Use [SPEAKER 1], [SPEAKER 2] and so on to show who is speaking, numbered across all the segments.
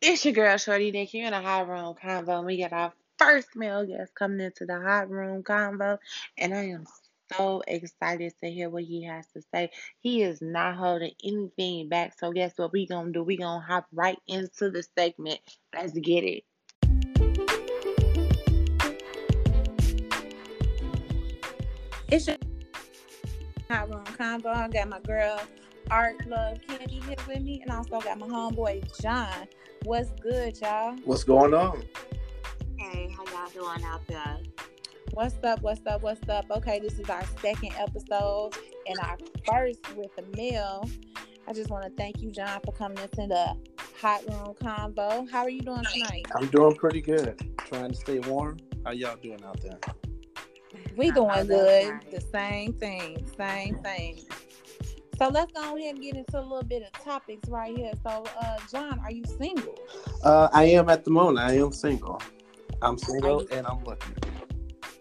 [SPEAKER 1] It's your girl Shorty Nick. You're in a hot room convo. And we got our first male guest coming into the hot room convo, and I am so excited to hear what he has to say. He is not holding anything back. So guess what we gonna do? We gonna hop right into the segment. Let's get it.
[SPEAKER 2] It's your hot room combo. I got my girl Art Love Candy here with me, and I also got my homeboy John. What's good, y'all?
[SPEAKER 3] What's going on?
[SPEAKER 4] Hey, how y'all doing out there?
[SPEAKER 2] What's up? What's up? What's up? Okay, this is our second episode and our first with a meal. I just want to thank you, John, for coming into the hot room combo. How are you doing tonight?
[SPEAKER 3] I'm doing pretty good. Trying to stay warm. How y'all doing out there?
[SPEAKER 2] We
[SPEAKER 4] I know
[SPEAKER 2] doing
[SPEAKER 4] that's
[SPEAKER 2] good.
[SPEAKER 4] right.
[SPEAKER 2] The same thing. Same thing. So let's go ahead and get into a little bit of topics right here. So, uh, John, are you single?
[SPEAKER 3] Uh, I am at the moment. I am single. I'm single
[SPEAKER 2] Are you-
[SPEAKER 3] and I'm looking.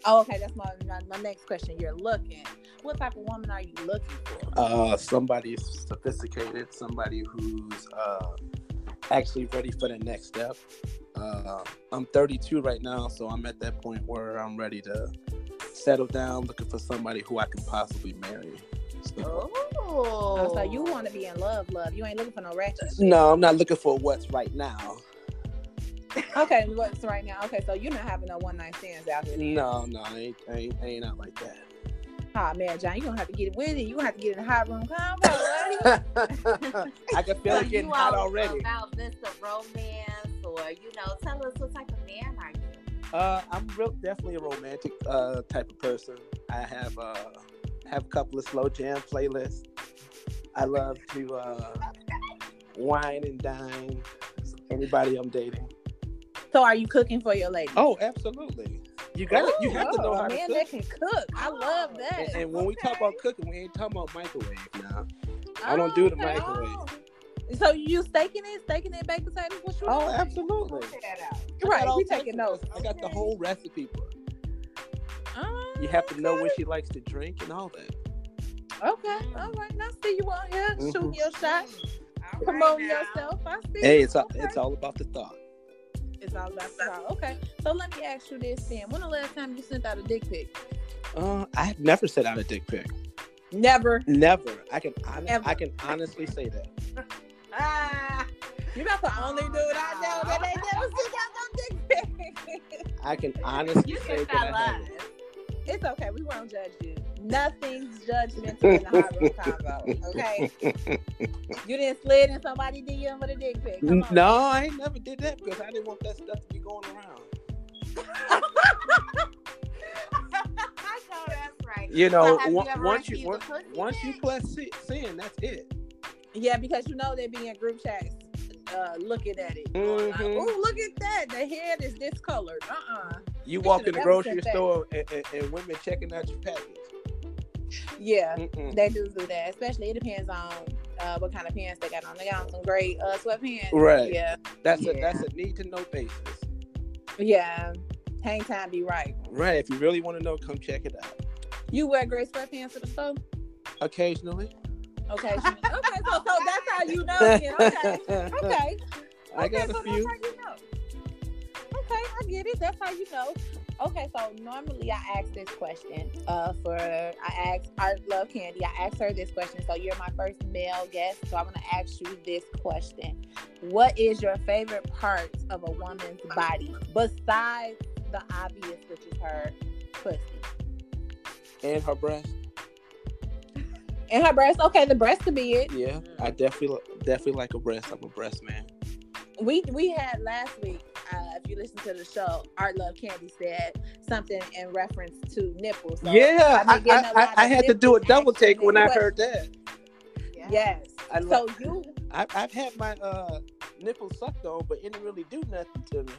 [SPEAKER 2] Oh, okay. That's my, my my next question. You're looking. What type of woman are you looking for?
[SPEAKER 3] Uh, somebody sophisticated. Somebody who's uh, actually ready for the next step. Uh, I'm 32 right now, so I'm at that point where I'm ready to settle down, looking for somebody who I can possibly marry. So-
[SPEAKER 4] Oh,
[SPEAKER 2] Oh, so you want to be in love, love. You ain't looking for no ratchet. shit.
[SPEAKER 3] No, I'm not looking for what's right now.
[SPEAKER 2] Okay, what's right now? Okay, so you're not having no one night stands out here.
[SPEAKER 3] No, no, I ain't, I ain't, I ain't out like that.
[SPEAKER 2] Oh man, John, you gonna have to get it with it. You gonna have to get in the hot room combo. buddy.
[SPEAKER 3] I can feel
[SPEAKER 4] So
[SPEAKER 3] it getting
[SPEAKER 4] you
[SPEAKER 3] hot
[SPEAKER 4] all
[SPEAKER 3] already.
[SPEAKER 4] About Mr. Romance, or you know, tell us what type of man are you?
[SPEAKER 3] Uh, I'm real, definitely a romantic uh, type of person. I have uh, have a couple of slow jam playlists. I love to uh, wine and dine. Anybody I'm dating.
[SPEAKER 2] so are you cooking for your lady?
[SPEAKER 3] Oh, absolutely. You got to you have to
[SPEAKER 2] Ooh,
[SPEAKER 3] know
[SPEAKER 2] Oh, a
[SPEAKER 3] how to
[SPEAKER 2] man
[SPEAKER 3] cook. Oh,
[SPEAKER 2] that can cook. I love that.
[SPEAKER 3] And, and when we talk about cooking, we ain't talking about microwave now. I don't do the
[SPEAKER 2] Okay.
[SPEAKER 3] microwave.
[SPEAKER 2] Oh. So you staking it, staking it, baked potatoes. What you
[SPEAKER 3] Oh,
[SPEAKER 2] doing?
[SPEAKER 3] absolutely. I got
[SPEAKER 2] Right,
[SPEAKER 3] all
[SPEAKER 2] we
[SPEAKER 3] types
[SPEAKER 2] taking
[SPEAKER 3] of-
[SPEAKER 2] notes.
[SPEAKER 3] I got the
[SPEAKER 2] Okay.
[SPEAKER 3] whole recipe book.
[SPEAKER 2] Oh,
[SPEAKER 3] You have to know
[SPEAKER 2] okay.
[SPEAKER 3] what she likes to drink and all that.
[SPEAKER 2] Oh, Okay, all right. Now see you out here
[SPEAKER 3] Mhm.
[SPEAKER 2] shooting your shot,
[SPEAKER 4] Mm, all right
[SPEAKER 2] promoting
[SPEAKER 4] now.
[SPEAKER 2] yourself. I see.
[SPEAKER 3] Hey,
[SPEAKER 2] you.
[SPEAKER 3] it's all,
[SPEAKER 2] Okay.
[SPEAKER 3] it's all about the thought.
[SPEAKER 2] It's all about the style. Okay, so let me ask you this then: When the last time you sent out a dick pic?
[SPEAKER 3] Uh, I have never sent out a dick pic.
[SPEAKER 2] Never.
[SPEAKER 3] Never. I can hon-
[SPEAKER 2] Ever.
[SPEAKER 3] I can honestly say that.
[SPEAKER 4] Ah,
[SPEAKER 2] You're not the only
[SPEAKER 4] Oh,
[SPEAKER 2] dude I know that ain't
[SPEAKER 4] no.
[SPEAKER 2] never sent out no dick pic.
[SPEAKER 3] I can honestly
[SPEAKER 4] you
[SPEAKER 3] say
[SPEAKER 4] can
[SPEAKER 3] that.
[SPEAKER 4] tell
[SPEAKER 3] I
[SPEAKER 4] us.
[SPEAKER 3] haven't.
[SPEAKER 2] it's okay. We won't judge you. Nothing's judgmental in the hot room convo. Okay. you didn't slid in somebody DM with a dick pic. Come
[SPEAKER 3] N-
[SPEAKER 2] on.
[SPEAKER 3] No, I ain't never did that because I didn't want that stuff to be going around.
[SPEAKER 4] I know that's right.
[SPEAKER 3] You
[SPEAKER 4] So
[SPEAKER 3] know,
[SPEAKER 4] have
[SPEAKER 3] on-
[SPEAKER 4] you ever
[SPEAKER 3] once you
[SPEAKER 4] received a
[SPEAKER 3] on-
[SPEAKER 4] pussy
[SPEAKER 3] once you
[SPEAKER 4] pic?
[SPEAKER 3] plus si- sin, that's it.
[SPEAKER 2] Yeah, because you know they be in group chats uh, looking at it.
[SPEAKER 3] Mhm.
[SPEAKER 2] oh, look at that. The head is discolored. Uh-uh.
[SPEAKER 3] You walk
[SPEAKER 2] should've
[SPEAKER 3] in the
[SPEAKER 2] never
[SPEAKER 3] grocery
[SPEAKER 2] said that.
[SPEAKER 3] store and, and, and women checking out your package.
[SPEAKER 2] Yeah,
[SPEAKER 3] Mm-mm.
[SPEAKER 2] they do do that. Especially, it depends on uh, what kind of pants they got on. They got on some great uh, sweatpants.
[SPEAKER 3] Right.
[SPEAKER 2] Yeah.
[SPEAKER 3] That's a
[SPEAKER 4] Yeah.
[SPEAKER 3] that's a need to know basis.
[SPEAKER 2] Yeah. Hang time be right.
[SPEAKER 3] Right. If you really want to know, come check it out.
[SPEAKER 2] You wear great sweatpants to the store?
[SPEAKER 3] Occasionally.
[SPEAKER 2] Okay. Shanita. okay. So, so that's how you know. Then. Oh, Okay. Okay.
[SPEAKER 3] I got
[SPEAKER 2] okay,
[SPEAKER 3] a
[SPEAKER 2] so
[SPEAKER 3] few.
[SPEAKER 2] That's how you know. Okay, I get it. That's how you know. Okay, so normally I ask this question uh, for I ask I love Candy. I asked her this question. So you're my first male guest. So I'm gonna ask you this question: What is your favorite part of a woman's body besides the obvious, which is her pussy
[SPEAKER 3] And her breast.
[SPEAKER 2] and her breast? Okay, the breast could be it.
[SPEAKER 3] Yeah, I
[SPEAKER 2] Mm.
[SPEAKER 3] definitely definitely like a breast. I'm a breast man.
[SPEAKER 2] we we had last week. Uh, if you listen to the show, Art Love Candy said something in reference to nipples. So
[SPEAKER 3] yeah, I,
[SPEAKER 2] I've been getting a
[SPEAKER 3] I-
[SPEAKER 2] lot
[SPEAKER 3] I- I
[SPEAKER 2] of
[SPEAKER 3] had to do a
[SPEAKER 2] different
[SPEAKER 3] double
[SPEAKER 2] action
[SPEAKER 3] take when I
[SPEAKER 2] and
[SPEAKER 3] heard that.
[SPEAKER 4] Yeah.
[SPEAKER 2] Yes.
[SPEAKER 3] I
[SPEAKER 2] so
[SPEAKER 3] love-
[SPEAKER 2] you
[SPEAKER 3] I, I've had my uh, nipples sucked on, but it didn't really do nothing to me.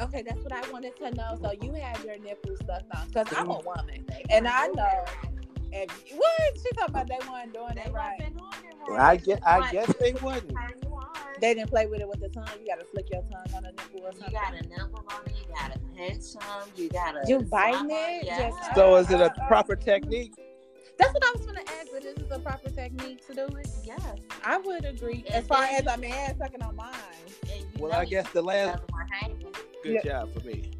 [SPEAKER 2] okay? That's what I wanted to know. So you had your nipples sucked on because I'm a woman,
[SPEAKER 4] They
[SPEAKER 2] and
[SPEAKER 4] not
[SPEAKER 2] I
[SPEAKER 4] doing
[SPEAKER 2] know.
[SPEAKER 4] that right.
[SPEAKER 2] And what she talking about? They weren't doing
[SPEAKER 4] They
[SPEAKER 2] it
[SPEAKER 4] not
[SPEAKER 2] right.
[SPEAKER 4] been doing it right.
[SPEAKER 3] I get, I
[SPEAKER 4] But
[SPEAKER 3] guess they wouldn't.
[SPEAKER 4] turn you on.
[SPEAKER 2] They didn't play with it with the tongue. You gotta flick your tongue on a nipple or
[SPEAKER 4] You
[SPEAKER 2] something.
[SPEAKER 4] got a nipple on it. You got to pinch them. You got to.
[SPEAKER 2] You biting it?
[SPEAKER 4] Yeah.
[SPEAKER 2] Just-
[SPEAKER 3] So is it a proper technique?
[SPEAKER 2] That's what I was gonna ask. But is this a proper technique to do it?
[SPEAKER 4] yes.
[SPEAKER 2] I would agree.
[SPEAKER 4] And
[SPEAKER 2] As far
[SPEAKER 4] then
[SPEAKER 2] as
[SPEAKER 4] you-
[SPEAKER 2] a man sucking on mine.
[SPEAKER 4] And you
[SPEAKER 3] Well, I guess the
[SPEAKER 4] The
[SPEAKER 3] last
[SPEAKER 4] other one hanging.
[SPEAKER 3] good job for me.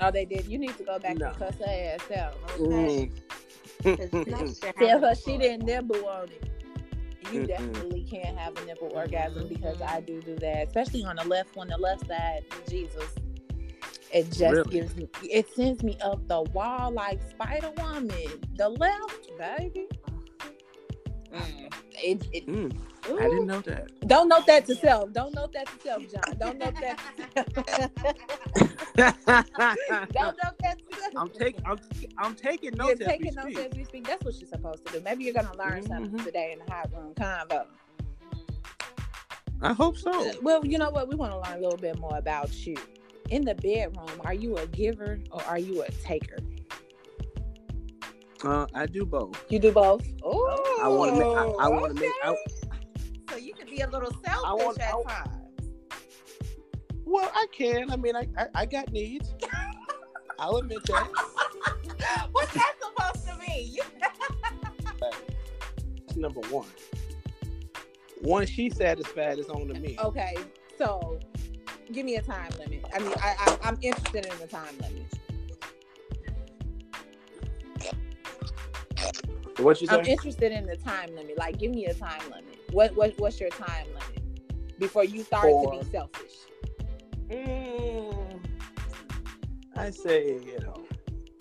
[SPEAKER 2] Oh, they did. You need to go back
[SPEAKER 3] No.
[SPEAKER 2] and cuss her ass out.
[SPEAKER 4] Okay.
[SPEAKER 3] Mm.
[SPEAKER 4] 'Cause next year
[SPEAKER 2] Tell her
[SPEAKER 4] happened
[SPEAKER 2] she
[SPEAKER 4] for-
[SPEAKER 2] didn't nibble on it. You
[SPEAKER 3] Mm-mm.
[SPEAKER 2] definitely can't have a nipple orgasm because I do do that, especially on the left one, the left side. Jesus, it just
[SPEAKER 3] Really?
[SPEAKER 2] gives me, it sends me up the wall like Spider Woman. The left, baby.
[SPEAKER 4] Mm.
[SPEAKER 2] It, it,
[SPEAKER 3] Mm.
[SPEAKER 2] ooh.
[SPEAKER 3] I didn't know that.
[SPEAKER 2] Don't note that to self. Don't note that to self, John. Don't note that. To self. Don't note that. To self.
[SPEAKER 3] I'm taking I'm, I'm taking
[SPEAKER 2] You're
[SPEAKER 3] notes as we
[SPEAKER 2] taking notes
[SPEAKER 3] speak.
[SPEAKER 2] as we speak. That's what you're supposed to do. Maybe you're gonna learn something
[SPEAKER 3] Mhm.
[SPEAKER 2] today in the hot room convo.
[SPEAKER 3] I hope so.
[SPEAKER 2] Well, you know what? We want to learn a little bit more about you. In the bedroom, are you a giver or are you a taker?
[SPEAKER 3] Uh, I do both.
[SPEAKER 2] You do both. Oh,
[SPEAKER 3] I want to make I, I want to make I,
[SPEAKER 4] So you can be a little
[SPEAKER 3] I
[SPEAKER 4] selfish
[SPEAKER 3] want-
[SPEAKER 4] at
[SPEAKER 3] I-
[SPEAKER 4] times.
[SPEAKER 3] Well, I can. I mean, I, I, I got needs. I'll admit that.
[SPEAKER 4] What's that supposed to mean? You
[SPEAKER 3] That's number one. Once she's satisfied, it's on to me.
[SPEAKER 2] Okay, so give me a time limit. I mean, I, I I'm interested in the time limit.
[SPEAKER 3] What you
[SPEAKER 2] I'm
[SPEAKER 3] say?
[SPEAKER 2] interested in the time limit. Like, give me a time limit. What what what's your time limit before you start to
[SPEAKER 3] Four.
[SPEAKER 2] be selfish?
[SPEAKER 3] Mm, I say, you know,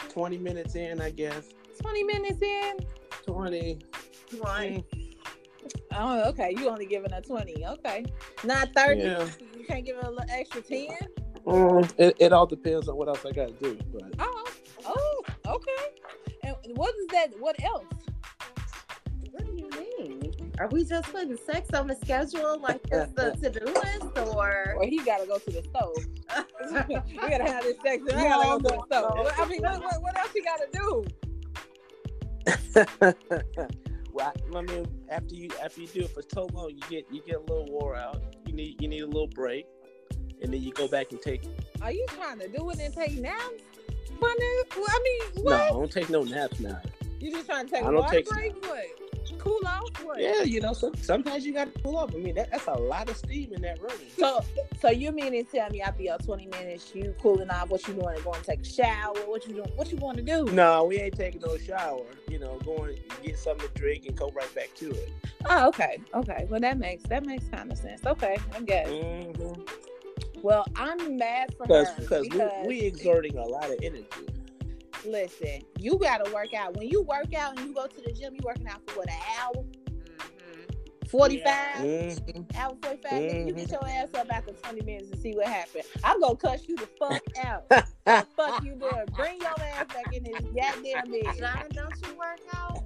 [SPEAKER 3] 20 minutes in, I guess.
[SPEAKER 2] Twenty minutes in.
[SPEAKER 3] 20.
[SPEAKER 4] right.
[SPEAKER 2] Oh, okay. You only giving her twenty. Okay, not thirty.
[SPEAKER 3] Yeah.
[SPEAKER 2] You can't give her a little extra ten.
[SPEAKER 3] Mm, it, it all depends on what else I got to do. But
[SPEAKER 2] Oh, oh, okay. And what is that? What else?
[SPEAKER 4] What do you mean? Are we just putting sex on the schedule like it's the to-do list or
[SPEAKER 2] Or he gotta go to the stove. we gotta have this sex. And I
[SPEAKER 3] No,
[SPEAKER 2] gotta go to the
[SPEAKER 3] no,
[SPEAKER 2] stove.
[SPEAKER 3] no.
[SPEAKER 2] What- I mean, what, what, what else you gotta do?
[SPEAKER 3] well, I, I mean, after you after you do it for so long, you get you get a little wore out. You need you need a little break, and then you go back and take
[SPEAKER 2] Are you trying to do it and take naps? My nigga? Well, I mean, what?
[SPEAKER 3] No, I don't take no naps now.
[SPEAKER 2] You just trying to take
[SPEAKER 3] I
[SPEAKER 2] a
[SPEAKER 3] don't
[SPEAKER 2] water
[SPEAKER 3] take
[SPEAKER 2] break? What? Cool off? What?
[SPEAKER 3] Yeah, you know, some, sometimes you got to pull up. I mean, that, that's a lot of steam in that room.
[SPEAKER 2] So, so you mean to tell me after your twenty minutes, you cooling off? What you doing? Going to take a shower? What you doing? What you going to do?
[SPEAKER 3] No, we ain't taking no shower. You know, going get something to drink and go right back to it.
[SPEAKER 2] Oh, okay, okay. Well, that makes that makes kind of sense. Okay, I guess.
[SPEAKER 3] Because
[SPEAKER 2] Well, I'm mad for her
[SPEAKER 3] because Mm-hmm. we we exerting a lot of energy.
[SPEAKER 2] listen. You gotta work out. When you work out and you go to the gym, you working out for what an hour,
[SPEAKER 3] Mm-hmm.
[SPEAKER 4] Mhm.
[SPEAKER 2] forty five
[SPEAKER 3] Mhm.
[SPEAKER 2] hour, forty five. minutes. You
[SPEAKER 3] Mhm.
[SPEAKER 2] get your ass up after twenty minutes and see what happens. I'm gonna cuss you the fuck out. the fuck you doing? Bring your ass back in this goddamn bed.
[SPEAKER 4] John, don't you work out?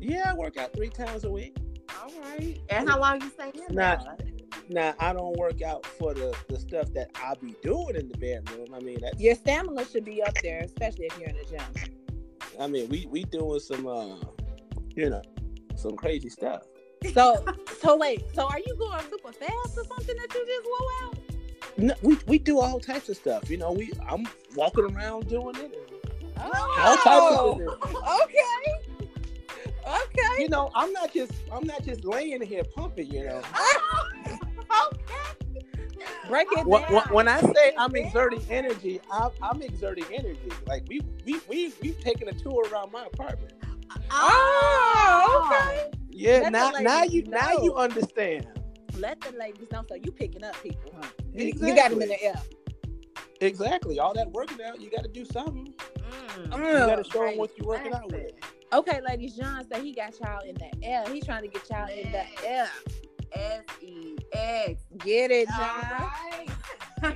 [SPEAKER 3] Yeah, I work out three times a week.
[SPEAKER 4] All right. And how long you stay in
[SPEAKER 3] Nah.
[SPEAKER 4] there?
[SPEAKER 3] Now I don't work out for the, the stuff that I be doing in the bedroom. I mean, that's,
[SPEAKER 2] Your stamina should be up there, especially if you're in the gym.
[SPEAKER 3] I mean, we we doing some uh, you know, some crazy stuff.
[SPEAKER 2] So, so wait. So, are you going super fast or something that you just wore out?
[SPEAKER 3] No, we we do all types of stuff. You know, we I'm walking around doing it. and All types
[SPEAKER 2] Oh,
[SPEAKER 3] of stuff.
[SPEAKER 2] okay. Okay.
[SPEAKER 3] You know, I'm not just I'm not just laying here pumping. You know,
[SPEAKER 2] Oh. Break it
[SPEAKER 3] when,
[SPEAKER 2] down.
[SPEAKER 3] when- when I say I'm exerting energy, I'm, I'm exerting energy. Like we we we we've taken a tour around my apartment.
[SPEAKER 2] Oh, okay.
[SPEAKER 3] Yeah,
[SPEAKER 2] Let the
[SPEAKER 3] now now
[SPEAKER 2] ladies
[SPEAKER 3] you now
[SPEAKER 2] know.
[SPEAKER 3] you understand
[SPEAKER 2] Let the ladies know. So you picking up people, huh? You, you got them in the air.
[SPEAKER 3] exactly all that working out. You got to do something.
[SPEAKER 4] Mm.
[SPEAKER 3] You got
[SPEAKER 2] Ugh.
[SPEAKER 3] to show them what you're working out with.
[SPEAKER 2] Okay, ladies. John said he got y'all in the air. He's trying to get y'all in the air.
[SPEAKER 4] S E X.
[SPEAKER 2] Get it,
[SPEAKER 4] All
[SPEAKER 2] John.
[SPEAKER 4] right.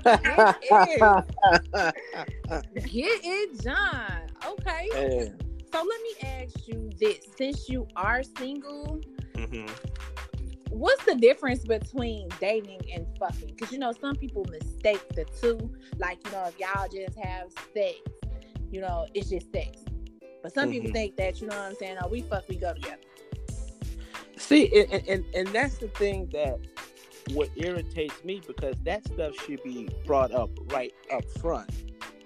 [SPEAKER 2] Get it. Get it, John. Okay.
[SPEAKER 3] Yeah.
[SPEAKER 2] So let me ask you this: since you are single, what's the difference between dating and fucking? Because you know, some people mistake the two. Like, you know, if y'all just have sex, you know, it's just sex. But some people
[SPEAKER 3] Mhm.
[SPEAKER 2] think that, you know what I'm saying? Oh, we fuck, we go together.
[SPEAKER 3] See, and, and- and and that's the thing that what irritates me because that stuff should be brought up right up front.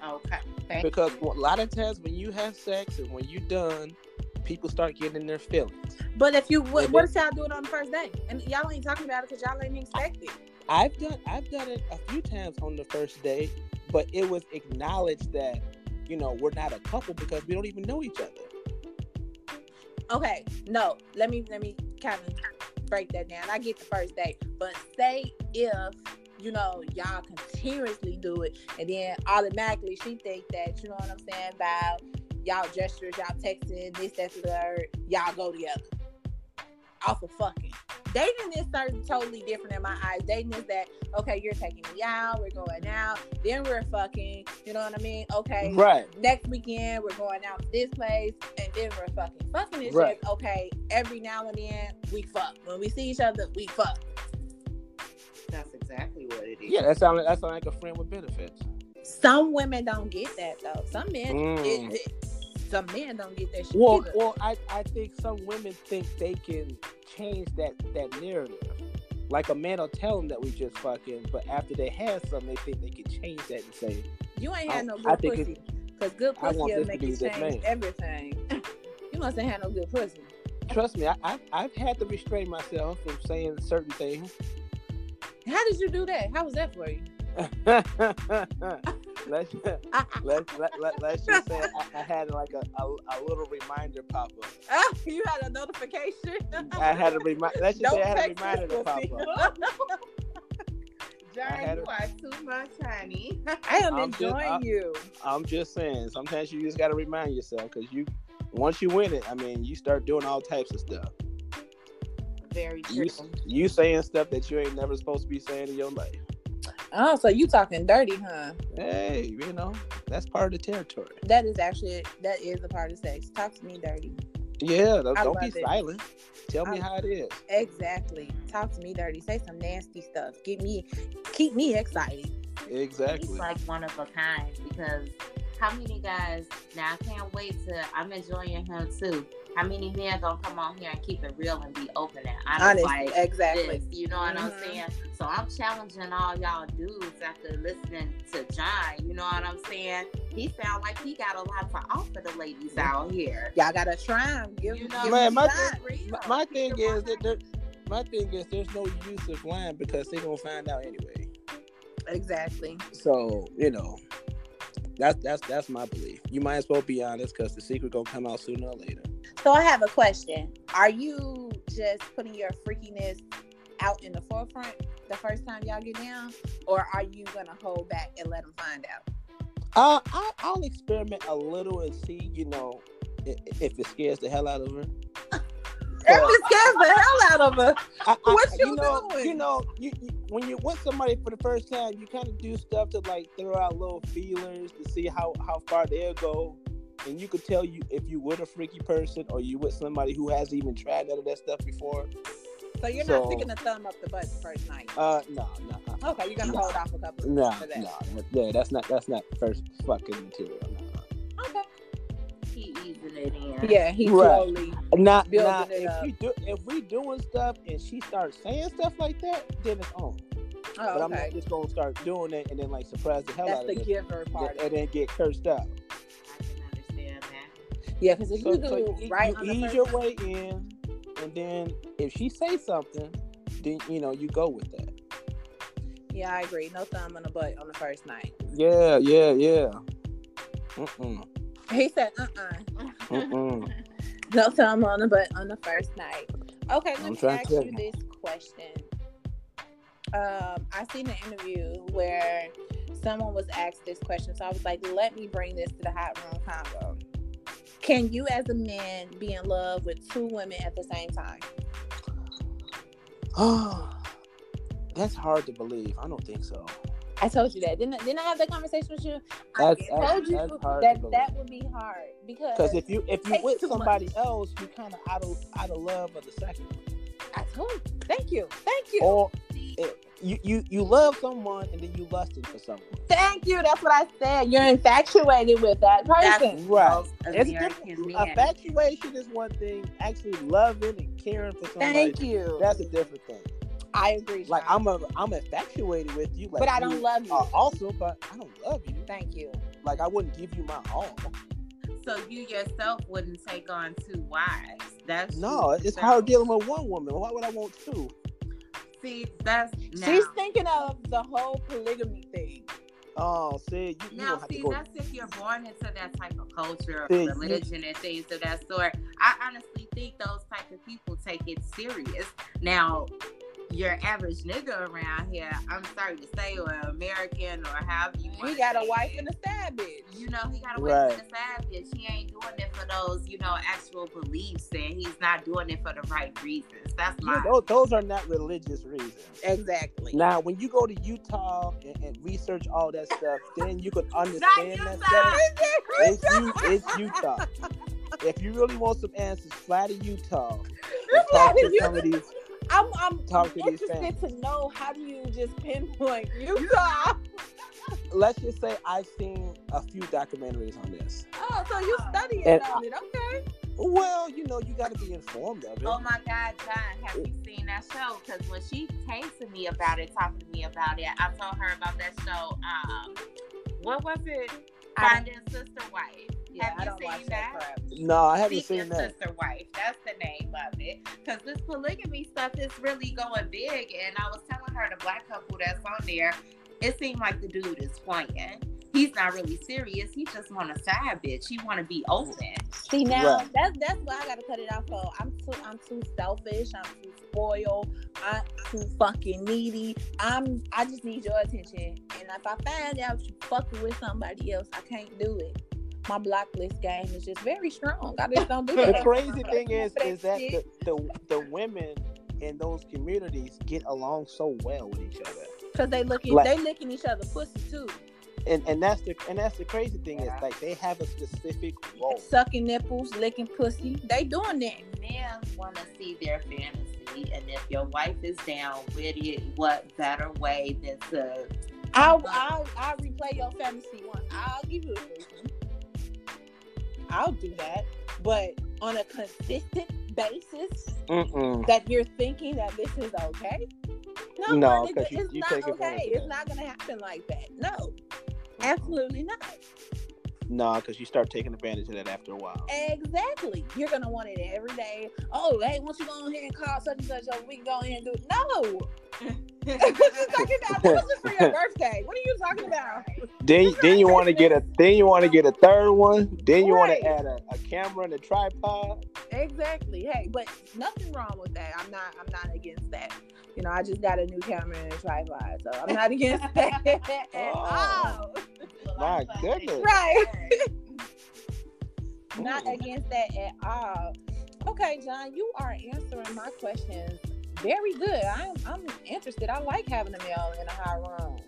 [SPEAKER 4] Okay. Thank
[SPEAKER 3] Because a
[SPEAKER 4] you.
[SPEAKER 3] lot of times when you have sex and when you're done, people start getting in their feelings.
[SPEAKER 2] But if you, what,
[SPEAKER 3] Mhm.
[SPEAKER 2] what if y'all do it on the first day? And y'all ain't talking about it because y'all ain't expect it.
[SPEAKER 3] I've done I've done it a few times on the first date, but it was acknowledged that you know we're not a couple because we don't even know each other.
[SPEAKER 2] Okay, no, let me let me kind of break that down. I get the first date, but say if you know y'all continuously do it, and then automatically she think that you know what I'm saying about y'all gestures, y'all texting, this, that, the third, y'all go together. Off of fucking. Dating is certain totally different in my eyes. Dating is that, okay, you're taking me out, we're going out, then we're fucking, you know what I mean? Okay,
[SPEAKER 3] Right.
[SPEAKER 2] next weekend we're going out to this place and then we're fucking fucking is
[SPEAKER 3] Right.
[SPEAKER 2] just okay every now and then we fuck when we see each other we fuck
[SPEAKER 4] That's exactly what it is.
[SPEAKER 3] Yeah, that sounds that sound like a friend with benefits.
[SPEAKER 2] some women don't get that though some men
[SPEAKER 3] Mm.
[SPEAKER 2] it, it- some men don't get that shit
[SPEAKER 3] Well,
[SPEAKER 2] either.
[SPEAKER 3] well, I, I think some women think they can change that that narrative. Like a man will tell them that we just fucking, but after they have something, they think they can change that and say,
[SPEAKER 2] you ain't had no
[SPEAKER 3] I
[SPEAKER 2] good
[SPEAKER 3] think
[SPEAKER 2] pussy because good
[SPEAKER 3] I
[SPEAKER 2] pussy
[SPEAKER 3] want
[SPEAKER 2] will
[SPEAKER 3] this to
[SPEAKER 2] make
[SPEAKER 3] be
[SPEAKER 2] you
[SPEAKER 3] this man.
[SPEAKER 2] change everything you must have had no good pussy
[SPEAKER 3] "Trust me, I, I I've had to restrain myself from saying certain things."
[SPEAKER 2] how did you do that how was that for you
[SPEAKER 3] let's let's let, let, let's just say I, I had like a, a, a little reminder pop up.
[SPEAKER 2] Ah, you had a notification
[SPEAKER 3] I had a remind. Let's just
[SPEAKER 2] Don't
[SPEAKER 3] say I had a
[SPEAKER 2] text this
[SPEAKER 3] reminder to pop
[SPEAKER 2] pussy.
[SPEAKER 3] up. I
[SPEAKER 4] John,
[SPEAKER 3] had
[SPEAKER 4] you
[SPEAKER 3] a-
[SPEAKER 4] are too much, honey.
[SPEAKER 2] i am
[SPEAKER 3] I'm just-
[SPEAKER 2] enjoying
[SPEAKER 3] I-
[SPEAKER 2] you
[SPEAKER 3] I'm just saying, sometimes you just got to remind yourself because you, once you win it, I mean, you start doing all types of stuff.
[SPEAKER 4] Very true.
[SPEAKER 3] You, you saying stuff that you ain't never supposed to be saying in your life.
[SPEAKER 2] oh so you talking dirty huh
[SPEAKER 3] Hey, you know, that's part of the territory.
[SPEAKER 2] That is actually that is a part of sex. Talk to me dirty.
[SPEAKER 3] Yeah, don't,
[SPEAKER 2] I
[SPEAKER 3] don't be
[SPEAKER 2] love it.
[SPEAKER 3] silent. Tell me
[SPEAKER 2] I-
[SPEAKER 3] how it is.
[SPEAKER 2] Exactly. Talk to me dirty. Say some nasty stuff. Get me keep me excited.
[SPEAKER 3] Exactly.
[SPEAKER 4] He's like one of a kind because how many guys now I can't wait to I'm enjoying him too. How many men gonna come on here and keep it real and be open and
[SPEAKER 2] Honest.
[SPEAKER 4] honest, like
[SPEAKER 2] exactly.
[SPEAKER 4] this? You know what I'm
[SPEAKER 2] Mhm.
[SPEAKER 4] saying? So I'm challenging all y'all dudes after listening to John. You know what I'm saying? He sound like he got a lot to offer the ladies out here.
[SPEAKER 2] Y'all gotta try 'em. Give,
[SPEAKER 4] You
[SPEAKER 2] give
[SPEAKER 4] know,
[SPEAKER 2] me
[SPEAKER 3] Man, my
[SPEAKER 2] a shot.
[SPEAKER 3] My, my thing is that there, my thing is there's no use of lying because they're gonna find out anyway.
[SPEAKER 2] Exactly.
[SPEAKER 3] So you know, that's that's that's my belief. You might as well be honest because the secret gonna come out sooner or later.
[SPEAKER 2] So I have a question. Are you just putting your freakiness out in the forefront the first time y'all get down? Or are you gonna hold back and let them find out?
[SPEAKER 3] Uh, I'll, I'll experiment a little and see, you know, i- if it scares the hell out of her.
[SPEAKER 2] That scares the hell out of us.
[SPEAKER 3] I,
[SPEAKER 2] What you
[SPEAKER 3] know,
[SPEAKER 2] doing?
[SPEAKER 3] Uh, You know, you, you, when you're with somebody for the first time, you kind of do stuff to like throw out little feelers to see how how far they'll go, and you could tell you if you with a freaky person or you with somebody who hasn't even tried none of that stuff before.
[SPEAKER 2] So you're
[SPEAKER 3] So-
[SPEAKER 2] not sticking a thumb up the butt the first night.
[SPEAKER 3] Uh, no, no, uh,
[SPEAKER 2] Okay, you're gonna
[SPEAKER 3] No.
[SPEAKER 2] hold off a couple of
[SPEAKER 3] no,
[SPEAKER 2] for that.
[SPEAKER 3] no, yeah, that's not that's not first fucking material. No.
[SPEAKER 2] Okay.
[SPEAKER 4] He easing it in.
[SPEAKER 2] Yeah, he oh,
[SPEAKER 3] Right.
[SPEAKER 2] slowly.
[SPEAKER 3] Not,
[SPEAKER 2] Building
[SPEAKER 3] not
[SPEAKER 2] it
[SPEAKER 3] if
[SPEAKER 2] up.
[SPEAKER 3] we do if we doing stuff and she starts saying stuff like that, then it's on. but
[SPEAKER 2] Oh,
[SPEAKER 3] I'm not
[SPEAKER 2] okay.
[SPEAKER 3] just gonna start doing it and then like surprise the hell
[SPEAKER 2] That's
[SPEAKER 3] out
[SPEAKER 2] the
[SPEAKER 3] of them
[SPEAKER 2] giver part.
[SPEAKER 3] and then get cursed out.
[SPEAKER 4] I can understand that.
[SPEAKER 2] yeah, because if
[SPEAKER 3] So,
[SPEAKER 2] you do
[SPEAKER 3] so you-
[SPEAKER 2] right
[SPEAKER 3] you
[SPEAKER 2] on the
[SPEAKER 3] ease
[SPEAKER 2] first
[SPEAKER 3] your
[SPEAKER 2] time-
[SPEAKER 3] way in, and then if she say something, then you know you go with that.
[SPEAKER 2] Yeah, I agree. No thumb on the butt on the first night.
[SPEAKER 3] Yeah, yeah, yeah. Mm-mm,
[SPEAKER 2] He said, uh uh
[SPEAKER 3] mm-mm.
[SPEAKER 2] No thumb on the butt on the first night. Okay, let
[SPEAKER 3] I'm
[SPEAKER 2] me
[SPEAKER 3] trying
[SPEAKER 2] ask
[SPEAKER 3] to tell
[SPEAKER 2] you
[SPEAKER 3] you.
[SPEAKER 2] this question. Um, I seen an interview where someone was asked this question, so I was like, let me bring this to the hot room combo. Can you, as a man, be in love with two women at the same time?
[SPEAKER 3] That's hard to believe. I don't think so.
[SPEAKER 2] I told you that. Didn't I, didn't I have that conversation with you?
[SPEAKER 3] That's-
[SPEAKER 2] I told
[SPEAKER 3] that's-
[SPEAKER 2] you
[SPEAKER 3] that's hard to
[SPEAKER 2] that
[SPEAKER 3] believe.
[SPEAKER 2] that would be hard because
[SPEAKER 3] Because if you if you
[SPEAKER 2] Takes
[SPEAKER 3] with
[SPEAKER 2] too much.
[SPEAKER 3] somebody else, you kind of out of out of love of the second.
[SPEAKER 2] I told you. Thank you. Thank you.
[SPEAKER 3] Or it, you you you love someone and then you lusting for someone.
[SPEAKER 2] Thank you. That's what I said. You're infatuated with that person.
[SPEAKER 3] Right.
[SPEAKER 4] Most
[SPEAKER 3] It's
[SPEAKER 4] American
[SPEAKER 3] different.
[SPEAKER 4] men.
[SPEAKER 3] Infatuation is one thing. Actually, loving and caring for somebody.
[SPEAKER 2] Thank you.
[SPEAKER 3] That's a different thing.
[SPEAKER 2] I agree.
[SPEAKER 3] Like
[SPEAKER 2] Sean.
[SPEAKER 3] I'm a, I'm infatuated with you. Like
[SPEAKER 2] but I
[SPEAKER 3] you
[SPEAKER 2] don't love you.
[SPEAKER 3] Are awesome, but I don't love you.
[SPEAKER 2] Thank you.
[SPEAKER 3] Like I wouldn't give you my all.
[SPEAKER 4] So you yourself wouldn't take on two wives. That's
[SPEAKER 3] No,
[SPEAKER 4] true.
[SPEAKER 3] it's hard dealing with one woman. Why would I want two?
[SPEAKER 4] See, that's now.
[SPEAKER 2] She's thinking of the whole polygamy thing.
[SPEAKER 3] Oh, see, you, you
[SPEAKER 4] Now,
[SPEAKER 3] don't have to
[SPEAKER 4] see,
[SPEAKER 3] go.
[SPEAKER 4] that's if you're born into that type of culture,
[SPEAKER 3] See, you-
[SPEAKER 4] religion, and things of that sort. I honestly think those type of people take it serious. Now, your average nigga around here, I'm sorry to say, or American, or however you
[SPEAKER 2] He
[SPEAKER 4] wanna
[SPEAKER 2] got a
[SPEAKER 4] say
[SPEAKER 2] wife
[SPEAKER 4] it,
[SPEAKER 2] and a side bitch.
[SPEAKER 4] you know, he got away
[SPEAKER 3] Right.
[SPEAKER 4] from the side bitch. He ain't doing it for those, you know, actual beliefs, and he's not doing it for the right reasons. That's
[SPEAKER 3] Yeah,
[SPEAKER 4] my
[SPEAKER 3] those, those are not religious reasons.
[SPEAKER 2] Exactly.
[SPEAKER 3] Now, when you go to Utah and, and research all that stuff, then you could
[SPEAKER 4] not
[SPEAKER 3] understand
[SPEAKER 4] Utah.
[SPEAKER 3] that stuff. It's, U- it's Utah. If you really want some answers, fly to Utah and talk to some of these.
[SPEAKER 2] I'm, I'm, I'm
[SPEAKER 3] Talk to these
[SPEAKER 2] interested
[SPEAKER 3] fans.
[SPEAKER 2] to know how do you just pinpoint Utah?
[SPEAKER 3] Let's just say I've seen a few documentaries on this.
[SPEAKER 2] Oh, so you studying
[SPEAKER 3] And
[SPEAKER 2] on it? Okay.
[SPEAKER 3] Well, you know, you got to be informed of it.
[SPEAKER 4] Oh my God, John, have you seen that show? Because when she came to me about it, talking to me about it, I told her about that show. Um, what was it?
[SPEAKER 2] I-
[SPEAKER 4] Finding Sister Wife.
[SPEAKER 2] Yeah,
[SPEAKER 4] Have
[SPEAKER 2] I
[SPEAKER 4] you
[SPEAKER 2] don't
[SPEAKER 4] seen
[SPEAKER 2] watch
[SPEAKER 4] that?
[SPEAKER 2] that crap.
[SPEAKER 3] no, I haven't
[SPEAKER 4] Seeking
[SPEAKER 3] seen that.
[SPEAKER 4] Sister Wife. That's the name of it. Because this polygamy stuff is really going big. And I was telling her the black couple that's on there, it seemed like the dude is playing. He's not really serious. He just want a side bitch. He want to be open.
[SPEAKER 2] See now,
[SPEAKER 3] Right.
[SPEAKER 2] that's that's why I gotta cut it off. For I'm too I'm too selfish. I'm too spoiled. I'm too fucking needy. I'm I just need your attention. And if I find out you fucking with somebody else, I can't do it. My block list game is just very strong. I just don't do that.
[SPEAKER 3] The crazy thing is, is that
[SPEAKER 2] Shit.
[SPEAKER 3] the, the the women in those communities get along so well with each other.
[SPEAKER 2] Cause they looking,
[SPEAKER 3] Like-
[SPEAKER 2] they licking each other pussy too,
[SPEAKER 3] and and that's the and that's the crazy thing
[SPEAKER 4] Yeah.
[SPEAKER 3] is like they have a specific role.
[SPEAKER 2] sucking nipples, licking pussy. They doing that.
[SPEAKER 4] men want to see their fantasy, and if your wife is down with it, what better way than to
[SPEAKER 2] I'll I'll I'll replay your fantasy once. I'll give you a reason. I'll do that, but on a consistent basis,
[SPEAKER 3] Mm-mm.
[SPEAKER 2] that you're thinking that this is okay. No,
[SPEAKER 3] No,
[SPEAKER 2] my nigga,
[SPEAKER 3] 'cause you-
[SPEAKER 2] it's
[SPEAKER 3] you
[SPEAKER 2] not
[SPEAKER 3] take advantage
[SPEAKER 2] okay.
[SPEAKER 3] of
[SPEAKER 2] It's
[SPEAKER 3] that.
[SPEAKER 2] not gonna happen like that. No, absolutely not.
[SPEAKER 3] No, because you start taking advantage of that after a while.
[SPEAKER 2] Exactly. You're gonna want it every day. Oh, hey, once you go on here and call such and such, oh, we can go in and do. No, It's like it's not- this is for your birthday. What are you talking about?
[SPEAKER 3] Then
[SPEAKER 2] It's
[SPEAKER 3] then
[SPEAKER 2] not
[SPEAKER 3] you want to get a then you want to get a third one. Then you want
[SPEAKER 2] Right.
[SPEAKER 3] to add a, a camera and a tripod.
[SPEAKER 2] Exactly. Hey, but nothing wrong with that. I'm not. I'm not against that. You know, I just got a new camera and a tripod, so I'm not against that at all.
[SPEAKER 3] My goodness.
[SPEAKER 2] Right. Not against that at all. Okay, John, you are answering my questions very good. I'm. I'm interested. I like having a male in a high room.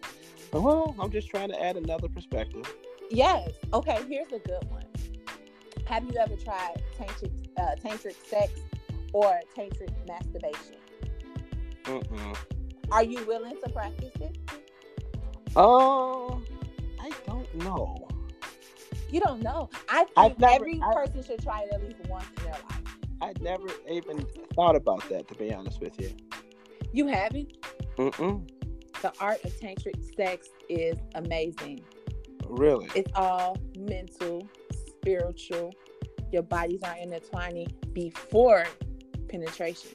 [SPEAKER 3] Well, I'm just trying to add another perspective.
[SPEAKER 2] Yes. Okay, here's a good one. Have you ever tried tantric, uh, tantric sex or tantric masturbation?
[SPEAKER 3] Mm-mm.
[SPEAKER 2] Are you willing to practice it?
[SPEAKER 3] Um, I don't know.
[SPEAKER 2] You don't know. I think
[SPEAKER 3] I've never-
[SPEAKER 2] every
[SPEAKER 3] I-
[SPEAKER 2] person should try it at least once in their life.
[SPEAKER 3] I never even thought about that. To be honest with you.
[SPEAKER 2] You haven't?
[SPEAKER 3] Mm-mm.
[SPEAKER 2] The art of tantric sex is amazing.
[SPEAKER 3] Really.
[SPEAKER 2] It's all mental, spiritual. Your bodies are intertwining before penetration.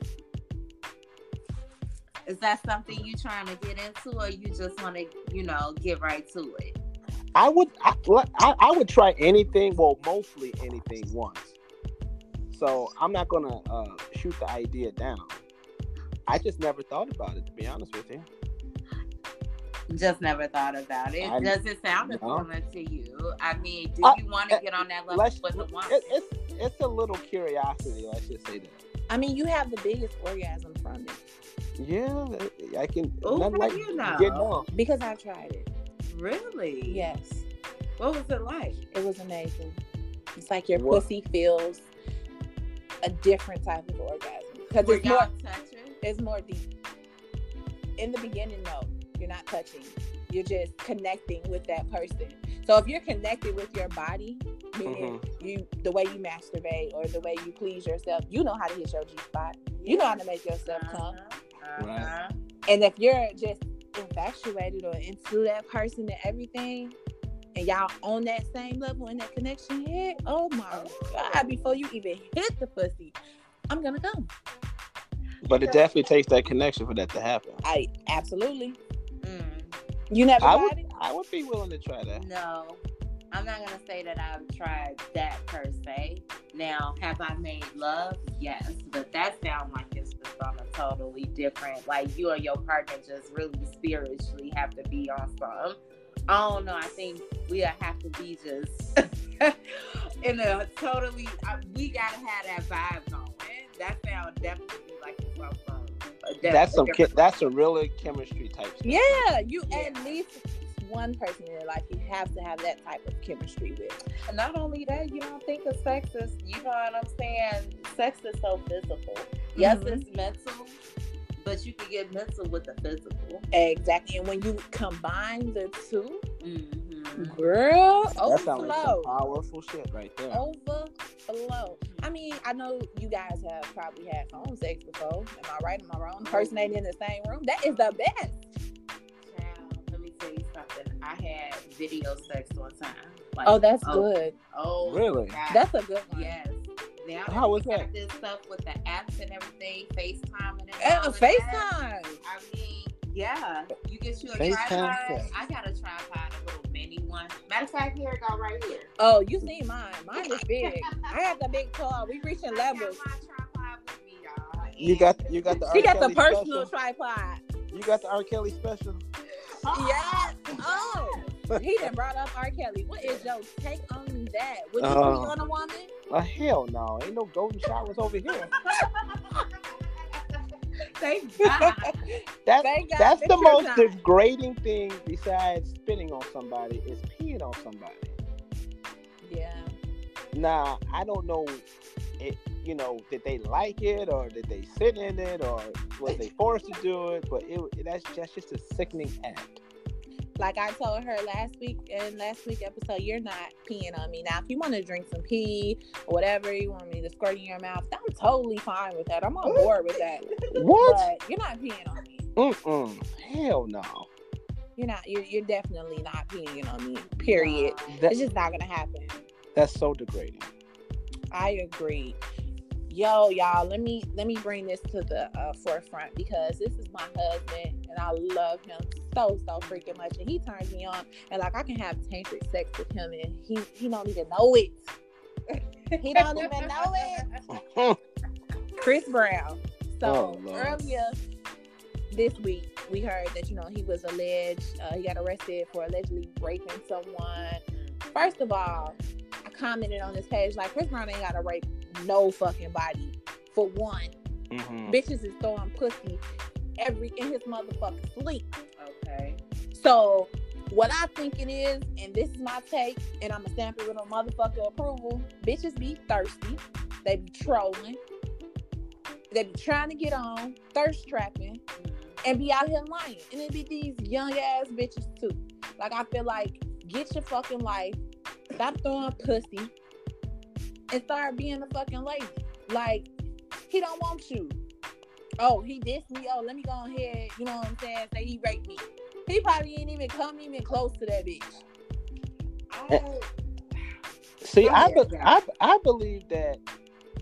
[SPEAKER 4] Is that something you trying to get into, or you just want to, you know, get right to it?
[SPEAKER 3] I would I, I, I would try anything, well, mostly anything once. So I'm not gonna uh, shoot the idea down. I just never thought about it, to be honest with you.
[SPEAKER 4] Just never thought about it.
[SPEAKER 3] I'm-
[SPEAKER 4] Does it sound
[SPEAKER 3] No.
[SPEAKER 4] appealing to you? I mean, do
[SPEAKER 3] Uh,
[SPEAKER 4] you want to
[SPEAKER 3] uh,
[SPEAKER 4] get on that level
[SPEAKER 3] Let's,
[SPEAKER 4] with the woman?
[SPEAKER 3] it, it's it's a little curiosity. Let's just say that.
[SPEAKER 2] I mean, you have the biggest orgasm from it
[SPEAKER 3] Yeah, I can.
[SPEAKER 4] Oh,
[SPEAKER 3] not
[SPEAKER 4] how
[SPEAKER 3] like
[SPEAKER 4] you know?
[SPEAKER 3] getting off.
[SPEAKER 2] because I've tried it.
[SPEAKER 4] Really?
[SPEAKER 2] Yes.
[SPEAKER 4] What was it like?
[SPEAKER 2] It was amazing. It's like your
[SPEAKER 3] What?
[SPEAKER 2] pussy feels a different type of orgasm because
[SPEAKER 4] Were
[SPEAKER 2] it's more
[SPEAKER 4] y'all touching?
[SPEAKER 2] it's more deep. In the beginning, no, you're not touching. You're just connecting with that person. So if you're connected with your body, meaning
[SPEAKER 3] Mm-hmm.
[SPEAKER 2] you the way you masturbate or the way you please yourself, you know how to hit your G spot. You know how to make yourself come.
[SPEAKER 4] Uh-huh.
[SPEAKER 3] Right.
[SPEAKER 4] Uh-huh.
[SPEAKER 2] And if you're just infatuated or into that person and everything, and y'all on that same level in that connection, yeah,
[SPEAKER 3] Oh.
[SPEAKER 2] oh my god! Before you even hit the pussy, I'm gonna come.
[SPEAKER 3] But it definitely takes that connection for that to happen.
[SPEAKER 2] I absolutely.
[SPEAKER 4] Mm,
[SPEAKER 2] You never
[SPEAKER 3] I
[SPEAKER 2] tried
[SPEAKER 3] would,
[SPEAKER 2] it?
[SPEAKER 3] I would be willing to try that.
[SPEAKER 4] no, I'm not gonna say that I've tried that per se. Now, have I made love? Yes, but that sounds like it's just on a totally different. Like you and your partner just really spiritually have to be on some. I don't know. I think we'll have to be just in a totally. I, we gotta have that vibe going. That sounds definitely like it's on some.
[SPEAKER 3] That's some.
[SPEAKER 4] different
[SPEAKER 3] Ki- that's a really chemistry type. Stuff.
[SPEAKER 2] Yeah, you at
[SPEAKER 4] Yeah.
[SPEAKER 2] least one person in your life you have to have that type of chemistry with.
[SPEAKER 4] not only that, you don't think of sex as you know what I'm saying. Sex is so physical. Yes,
[SPEAKER 2] Mhm.
[SPEAKER 4] it's mental, but you can get mental with the physical.
[SPEAKER 2] Exactly. And when you combine the two,
[SPEAKER 4] Mm-hmm.
[SPEAKER 2] girl,
[SPEAKER 3] That sounds like some
[SPEAKER 2] overflow. Oh,
[SPEAKER 3] powerful shit right there.
[SPEAKER 2] overflow. I mean, I know you guys have probably had phone sex before. Am I right? Am I wrong? The person ain't in the same room. That is the best.
[SPEAKER 4] Child, let me tell you something. I had video sex one time. Like,
[SPEAKER 2] Oh, that's
[SPEAKER 4] oh,
[SPEAKER 2] good.
[SPEAKER 4] Oh,
[SPEAKER 3] Really?
[SPEAKER 4] God.
[SPEAKER 2] That's a good one.
[SPEAKER 4] yes. Now
[SPEAKER 3] How was
[SPEAKER 4] we got
[SPEAKER 3] that?
[SPEAKER 4] This stuff with the apps and everything, FaceTime and
[SPEAKER 2] Uh,
[SPEAKER 4] all of that.
[SPEAKER 2] FaceTime.
[SPEAKER 4] I mean, yeah, you get you a
[SPEAKER 3] FaceTime
[SPEAKER 4] tripod.
[SPEAKER 3] sex.
[SPEAKER 4] I got a tripod, a little mini one. Matter of fact, here it go right here.
[SPEAKER 2] Oh, you seen mine. Mine is big. I got the big claw. We reaching levels.
[SPEAKER 4] I got my tripod with me, y'all.
[SPEAKER 3] You
[SPEAKER 4] and-
[SPEAKER 3] got you got the
[SPEAKER 2] She
[SPEAKER 3] R.
[SPEAKER 2] got the
[SPEAKER 3] Kelly
[SPEAKER 2] personal
[SPEAKER 3] special?
[SPEAKER 2] tripod.
[SPEAKER 3] You got the R. Kelly special.
[SPEAKER 4] Oh,
[SPEAKER 2] Yes. Oh. He done brought up R. Kelly. What is your take on that? Would you
[SPEAKER 3] Oh.
[SPEAKER 2] cheat on a woman?
[SPEAKER 3] Oh, hell no! Ain't no golden showers over here.
[SPEAKER 4] Thank God.
[SPEAKER 3] That's
[SPEAKER 2] Thank God
[SPEAKER 3] that's
[SPEAKER 2] it's
[SPEAKER 3] the
[SPEAKER 2] your
[SPEAKER 3] most
[SPEAKER 2] time.
[SPEAKER 3] degrading thing besides spitting on somebody is peeing on somebody.
[SPEAKER 2] Yeah.
[SPEAKER 3] Nah, I don't know. It you know did they like it or did they sit in it or was they forced to do it? But it that's that's just a sickening act.
[SPEAKER 2] Like I told her last week in last week episode, you're not peeing on me. Now, if you want to drink some pee or whatever, you want me to squirt in your mouth, I'm totally fine with that. I'm on board with that.
[SPEAKER 3] What?
[SPEAKER 2] But you're not peeing on me.
[SPEAKER 3] Mm-mm. Hell no.
[SPEAKER 2] You're not. You're, you're definitely not peeing on me. Period.
[SPEAKER 3] That,
[SPEAKER 2] It's just not gonna happen.
[SPEAKER 3] that's so degrading.
[SPEAKER 2] I agree. Yo, y'all, let me let me bring this to the uh, forefront because this is my husband and I love him so so freaking much, and he turns me on, and like I can have tantric sex with him, and he he don't even know it. he don't even know it.
[SPEAKER 3] Mm-hmm.
[SPEAKER 2] Chris Brown. So
[SPEAKER 3] Oh, Lord.
[SPEAKER 2] earlier this week, we heard that you know he was alleged uh, he got arrested for allegedly raping someone. First of all, I commented on this page like Chris Brown ain't got to rape no fucking body. For one,
[SPEAKER 3] Mhm.
[SPEAKER 2] bitches is throwing pussy every in his motherfucking sleep.
[SPEAKER 4] Okay.
[SPEAKER 2] So what I think it is, and this is my take, and I'ma stamp it with a motherfucker approval. Bitches be thirsty. They be trolling. They be trying to get on, thirst trapping, and be out here lying. And it be these young ass bitches too. Like I feel like get your fucking life. Stop throwing pussy and start being a fucking lady. Like he don't want you. Oh, he dissed me. Oh, let me go ahead. You know what I'm saying? Say he raped me. He probably ain't even come even close to that bitch. Oh,
[SPEAKER 4] I,
[SPEAKER 3] See, I,
[SPEAKER 4] Yeah,
[SPEAKER 3] be-
[SPEAKER 4] yeah.
[SPEAKER 3] I I believe that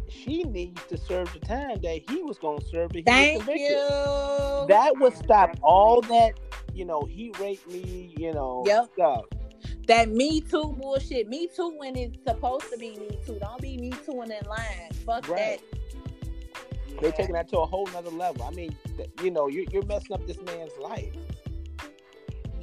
[SPEAKER 3] she needs to serve the time that he was going to serve. That he was
[SPEAKER 2] Thank
[SPEAKER 3] convicted.
[SPEAKER 2] you.
[SPEAKER 3] That would
[SPEAKER 4] Yeah,
[SPEAKER 3] stop
[SPEAKER 4] definitely.
[SPEAKER 3] all that. You know, he raped me. You know,
[SPEAKER 2] Yep.
[SPEAKER 3] stuff.
[SPEAKER 2] that Me Too bullshit. Me Too when it's supposed to be Me Too. Don't be Me Too in that line. Fuck
[SPEAKER 3] Right. They're
[SPEAKER 4] yeah.
[SPEAKER 3] taking that to a whole nother level. I mean, th- you know, you're, you're messing up this man's life.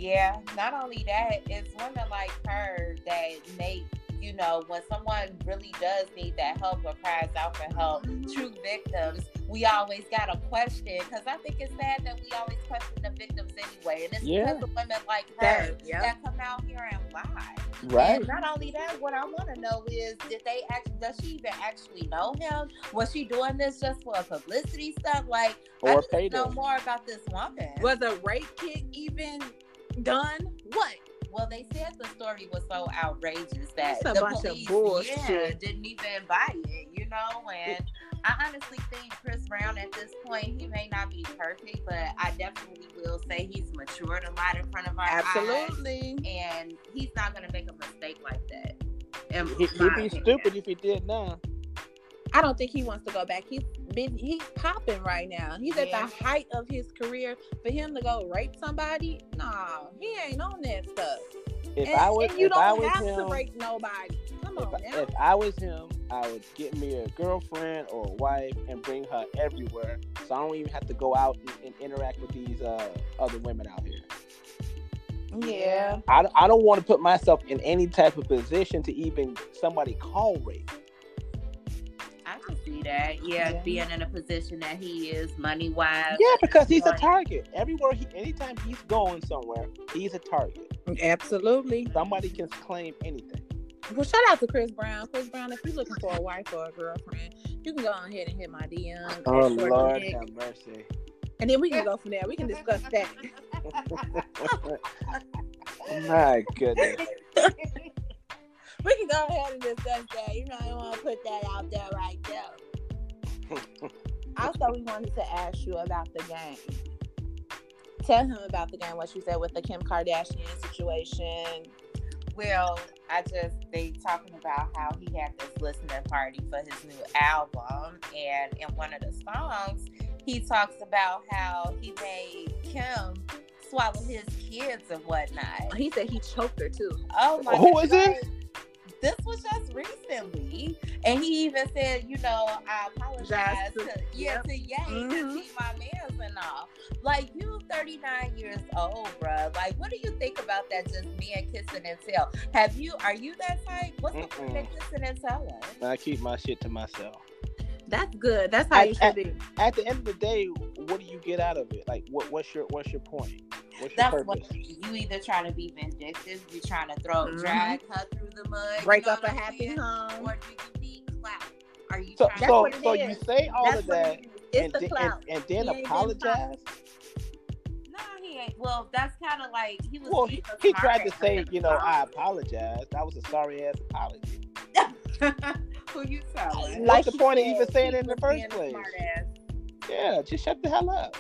[SPEAKER 4] Yeah, not only that, it's women like her that make, you know, when someone really does need that help or cries out for help, true victims, we always got a question. Because I think it's sad that we always question the victims anyway. And it's
[SPEAKER 3] Yeah.
[SPEAKER 4] because of women like
[SPEAKER 2] that.
[SPEAKER 4] her that come out here and lie.
[SPEAKER 3] Right.
[SPEAKER 4] And not only that, what I want to know is, did they act? Does she even actually know him? Was she doing this just for publicity stuff? Like, I
[SPEAKER 3] Or
[SPEAKER 4] need to
[SPEAKER 3] pay
[SPEAKER 4] know
[SPEAKER 3] them.
[SPEAKER 4] more about this woman.
[SPEAKER 2] Was a rape kit even done? What?
[SPEAKER 4] Well, they said the story was so outrageous that
[SPEAKER 2] It's a
[SPEAKER 4] the
[SPEAKER 2] bunch of
[SPEAKER 4] police Yeah,
[SPEAKER 2] bullshit.
[SPEAKER 4] didn't even buy it, you know. And I honestly think Chris Brown at this point, he may not be perfect, but I definitely will say he's matured a lot in front of our eyes,
[SPEAKER 2] Absolutely.
[SPEAKER 4] and he's not gonna make a mistake like that. in
[SPEAKER 3] He,
[SPEAKER 4] my
[SPEAKER 3] would be
[SPEAKER 4] opinion.
[SPEAKER 3] stupid if he did now.
[SPEAKER 2] I don't think he wants to go back. He's been he's popping right now. He's at
[SPEAKER 1] Yeah.
[SPEAKER 2] the height of his career. For him to go rape somebody, nah, he ain't on that stuff.
[SPEAKER 3] If
[SPEAKER 2] and,
[SPEAKER 3] I was,
[SPEAKER 2] and you
[SPEAKER 3] if
[SPEAKER 2] don't
[SPEAKER 3] I was
[SPEAKER 2] have
[SPEAKER 3] him,
[SPEAKER 2] to rape nobody. Come
[SPEAKER 3] if,
[SPEAKER 2] on now.
[SPEAKER 3] if I was him, I would get me a girlfriend or a wife and bring her everywhere, so I don't even have to go out and, and interact with these uh, other women out here.
[SPEAKER 2] yeah.
[SPEAKER 3] I, I don't want to put myself in any type of position to even somebody call rape.
[SPEAKER 4] I can see that. Yeah,
[SPEAKER 2] Yeah.
[SPEAKER 4] being in a position that he is money wise.
[SPEAKER 3] Yeah, because he's a target. Everywhere, he, anytime he's going somewhere, he's a target.
[SPEAKER 2] Absolutely.
[SPEAKER 3] Somebody can claim anything.
[SPEAKER 2] Well, shout out to Chris Brown. Chris Brown, if you're looking for a wife or a girlfriend, you can go ahead and hit my DM. at Shorty Dick,
[SPEAKER 3] Oh, have mercy.
[SPEAKER 2] And then we can go from there. We can discuss that.
[SPEAKER 3] Oh My goodness.
[SPEAKER 2] We can go ahead and discuss that. You know, I want to put that out there right there. also, we wanted to ask you about the game. Tell him about the game, what you said with the Kim Kardashian situation.
[SPEAKER 4] Well, I just they talking about how he had this listening party for his new album, and in one of the songs, he talks about how he made Kim swallow his kids and whatnot.
[SPEAKER 2] He said he choked her too.
[SPEAKER 4] Oh my!
[SPEAKER 3] Who
[SPEAKER 4] God.
[SPEAKER 3] is this?
[SPEAKER 4] This was just recently, and he even said, you know, I apologize
[SPEAKER 2] Just
[SPEAKER 4] to,
[SPEAKER 2] to-
[SPEAKER 4] yeah
[SPEAKER 2] yep.
[SPEAKER 4] to Ye
[SPEAKER 2] Mhm.
[SPEAKER 4] to keep my man's and all. Like you, thirty nine years old, bruh. Like, what do you think about that? Just being kissing and tell. Have you? Are you that type? What's the point of kissing and telling?
[SPEAKER 3] I keep my shit to myself.
[SPEAKER 2] That's good. That's how
[SPEAKER 3] I-
[SPEAKER 2] you should be.
[SPEAKER 3] At the end of the day, what do you get out of it? Like, what, what's your what's your point? What's your
[SPEAKER 4] That's
[SPEAKER 3] purpose?
[SPEAKER 4] what you either trying to be vindictive, you trying to throw
[SPEAKER 2] Mhm.
[SPEAKER 4] drag her through the mud,
[SPEAKER 2] Break
[SPEAKER 4] you know
[SPEAKER 2] up a
[SPEAKER 4] what I'm
[SPEAKER 2] happy
[SPEAKER 4] saying?
[SPEAKER 2] home.
[SPEAKER 4] or do you need clout? Are you
[SPEAKER 3] So,
[SPEAKER 4] trying
[SPEAKER 2] That's
[SPEAKER 3] so,
[SPEAKER 2] what it
[SPEAKER 3] so
[SPEAKER 2] is.
[SPEAKER 3] you say all
[SPEAKER 2] That's
[SPEAKER 3] of
[SPEAKER 2] what
[SPEAKER 3] that,
[SPEAKER 2] it is. It's
[SPEAKER 3] and,
[SPEAKER 2] the
[SPEAKER 3] then-
[SPEAKER 2] clout.
[SPEAKER 3] and, and then
[SPEAKER 2] He ain't been
[SPEAKER 3] apologize.
[SPEAKER 4] No, he ain't. Well, that's kind of like he was.
[SPEAKER 3] Well, he,
[SPEAKER 4] was
[SPEAKER 3] he tried to
[SPEAKER 4] smart
[SPEAKER 3] say, you know, I
[SPEAKER 4] at
[SPEAKER 3] apologize. That was a sorry ass apology.
[SPEAKER 4] the time. Who you telling?
[SPEAKER 3] What's the
[SPEAKER 2] she
[SPEAKER 3] point of
[SPEAKER 2] said,
[SPEAKER 3] even saying it in
[SPEAKER 2] he
[SPEAKER 3] the
[SPEAKER 2] was
[SPEAKER 3] first
[SPEAKER 2] being a
[SPEAKER 3] place?
[SPEAKER 2] smartass.
[SPEAKER 3] Yeah, just shut the hell up.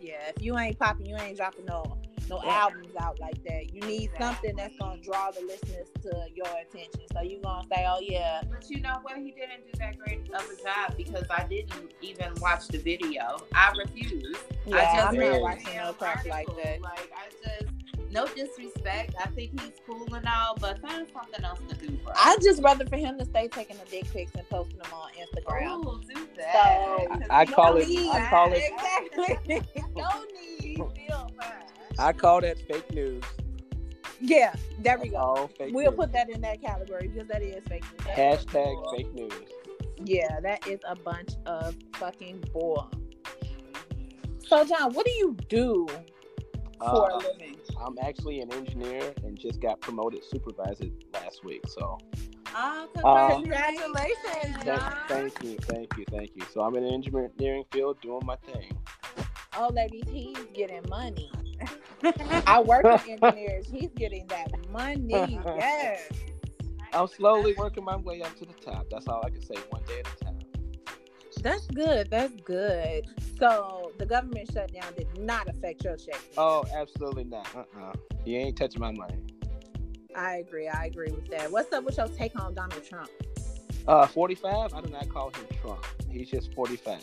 [SPEAKER 2] Yeah, if you ain't popping, you ain't dropping no no
[SPEAKER 4] Yeah.
[SPEAKER 2] albums out like that. You need something that's gonna draw the listeners to your attention. So you gonna say, "Oh yeah,
[SPEAKER 4] But you know what? He didn't do that great of a job because I didn't even watch the video. I refused.
[SPEAKER 2] yeah,
[SPEAKER 4] I just
[SPEAKER 2] I'm
[SPEAKER 4] read
[SPEAKER 2] not
[SPEAKER 4] the
[SPEAKER 2] watching no
[SPEAKER 4] damn
[SPEAKER 2] crap like
[SPEAKER 4] article.
[SPEAKER 2] that."
[SPEAKER 4] Like I just. No disrespect. I think he's cool and all, but find something else to do, bro.
[SPEAKER 2] I just rather for him to stay taking the dick pics and posting them on Instagram.
[SPEAKER 4] Ooh, do that.
[SPEAKER 2] So-
[SPEAKER 4] 'Cause
[SPEAKER 3] I- I
[SPEAKER 4] you
[SPEAKER 3] call
[SPEAKER 4] don't
[SPEAKER 3] it-
[SPEAKER 4] Oh, need
[SPEAKER 3] I
[SPEAKER 4] that.
[SPEAKER 3] call it-
[SPEAKER 2] exactly.
[SPEAKER 4] no need. Feel fine.
[SPEAKER 3] I call that fake news.
[SPEAKER 2] yeah, there we go.
[SPEAKER 3] All fake
[SPEAKER 2] We'll
[SPEAKER 3] news.
[SPEAKER 2] put that in that category because that is fake news.
[SPEAKER 3] hashtag fake news.
[SPEAKER 2] Yeah, that is a bunch of fucking bull. So John, what do you do for a
[SPEAKER 3] Uh,
[SPEAKER 2] living?
[SPEAKER 3] I'm actually an engineer and just got promoted supervisor last week. So
[SPEAKER 4] Oh,
[SPEAKER 3] Uh,
[SPEAKER 4] congratulations,
[SPEAKER 2] Congratulations,
[SPEAKER 3] thank,
[SPEAKER 4] John.
[SPEAKER 3] thank you, thank you, thank you. So I'm in the engineering field doing my thing.
[SPEAKER 2] Oh, ladies, he's getting money. I work with engineers. He's getting that money. Yes.
[SPEAKER 3] I'm slowly working my way up to the top. That's all I can say. One day at a time.
[SPEAKER 2] That's good. That's good. So the government shutdown did not affect your check.
[SPEAKER 3] Oh, absolutely not. Uh-uh. You ain't touching my money.
[SPEAKER 2] I agree. I agree with that. What's up with your take on Donald Trump?
[SPEAKER 3] Uh, 45. I do not call him Trump. He's just 45.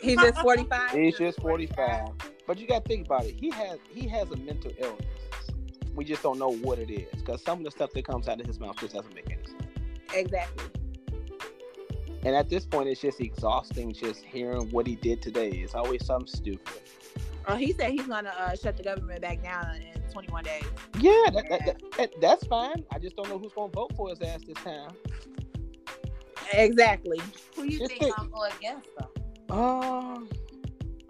[SPEAKER 2] He's just 45.
[SPEAKER 3] He's just 45. But you got to think about it. He has he has a mental illness. We just don't know what it is because some of the stuff that comes out of his mouth just doesn't make any sense.
[SPEAKER 2] Exactly.
[SPEAKER 3] And at this point, it's just exhausting just hearing what he did today. It's always something stupid.
[SPEAKER 2] Oh, he said he's gonna uh, shut the government back down in 21 days.
[SPEAKER 3] Yeah, that, that, that, that- that's fine. I just don't know who's going to vote for his ass this time.
[SPEAKER 2] Exactly.
[SPEAKER 4] Who you
[SPEAKER 3] Just
[SPEAKER 4] think
[SPEAKER 3] think-
[SPEAKER 4] I'll go against them?
[SPEAKER 3] Um,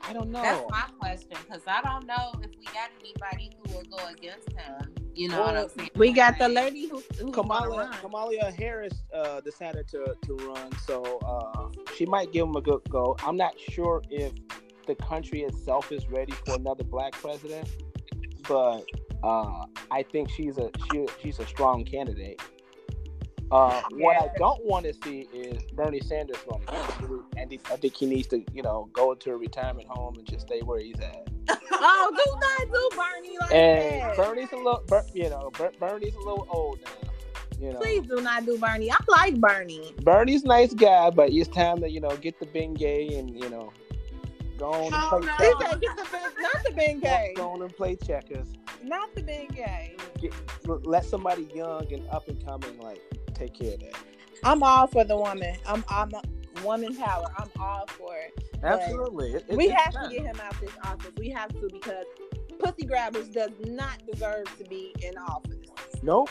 [SPEAKER 3] I don't know.
[SPEAKER 2] Oh.
[SPEAKER 4] That's my question because I don't know if we got anybody who will go against him. You know what I'm saying?
[SPEAKER 2] We got the
[SPEAKER 4] Like,
[SPEAKER 2] lady who, who's gonna
[SPEAKER 3] Kamala
[SPEAKER 2] run.
[SPEAKER 3] Kamala Harris uh, decided to, to run, so uh, she might give him a good go. I'm not sure if the country itself is ready for another black president, but uh, I think she's a she, she's a strong candidate. Uh, What I don't want to see is Bernie Sanders running, and he- I think he needs to you know go into a retirement home and just stay where he's at.
[SPEAKER 2] Oh, do not do Bernie like
[SPEAKER 3] And
[SPEAKER 2] that.
[SPEAKER 3] Bernie's a little, Ber, you know, Ber, Bernie's a little old now. You know,
[SPEAKER 2] Please do not do Bernie. I like Bernie.
[SPEAKER 3] Bernie's nice guy, but it's time to you know get the Bengay and you know go on and
[SPEAKER 4] Hell
[SPEAKER 3] play.
[SPEAKER 4] no.
[SPEAKER 2] He
[SPEAKER 3] checkers.
[SPEAKER 2] said, "Get the Ben- not the Ben gay.
[SPEAKER 3] Go on and play checkers.
[SPEAKER 2] Not the Ben gay.
[SPEAKER 3] L- Let somebody young and up and coming like take care of that.
[SPEAKER 2] I'm all for the woman. I'm I'm woman power. I'm all for it.
[SPEAKER 3] Absolutely, It- it-
[SPEAKER 2] we
[SPEAKER 3] it's
[SPEAKER 2] have
[SPEAKER 3] time.
[SPEAKER 2] to get him out this office. We have to because pussy grabbers does not deserve to be in office.
[SPEAKER 3] Nope.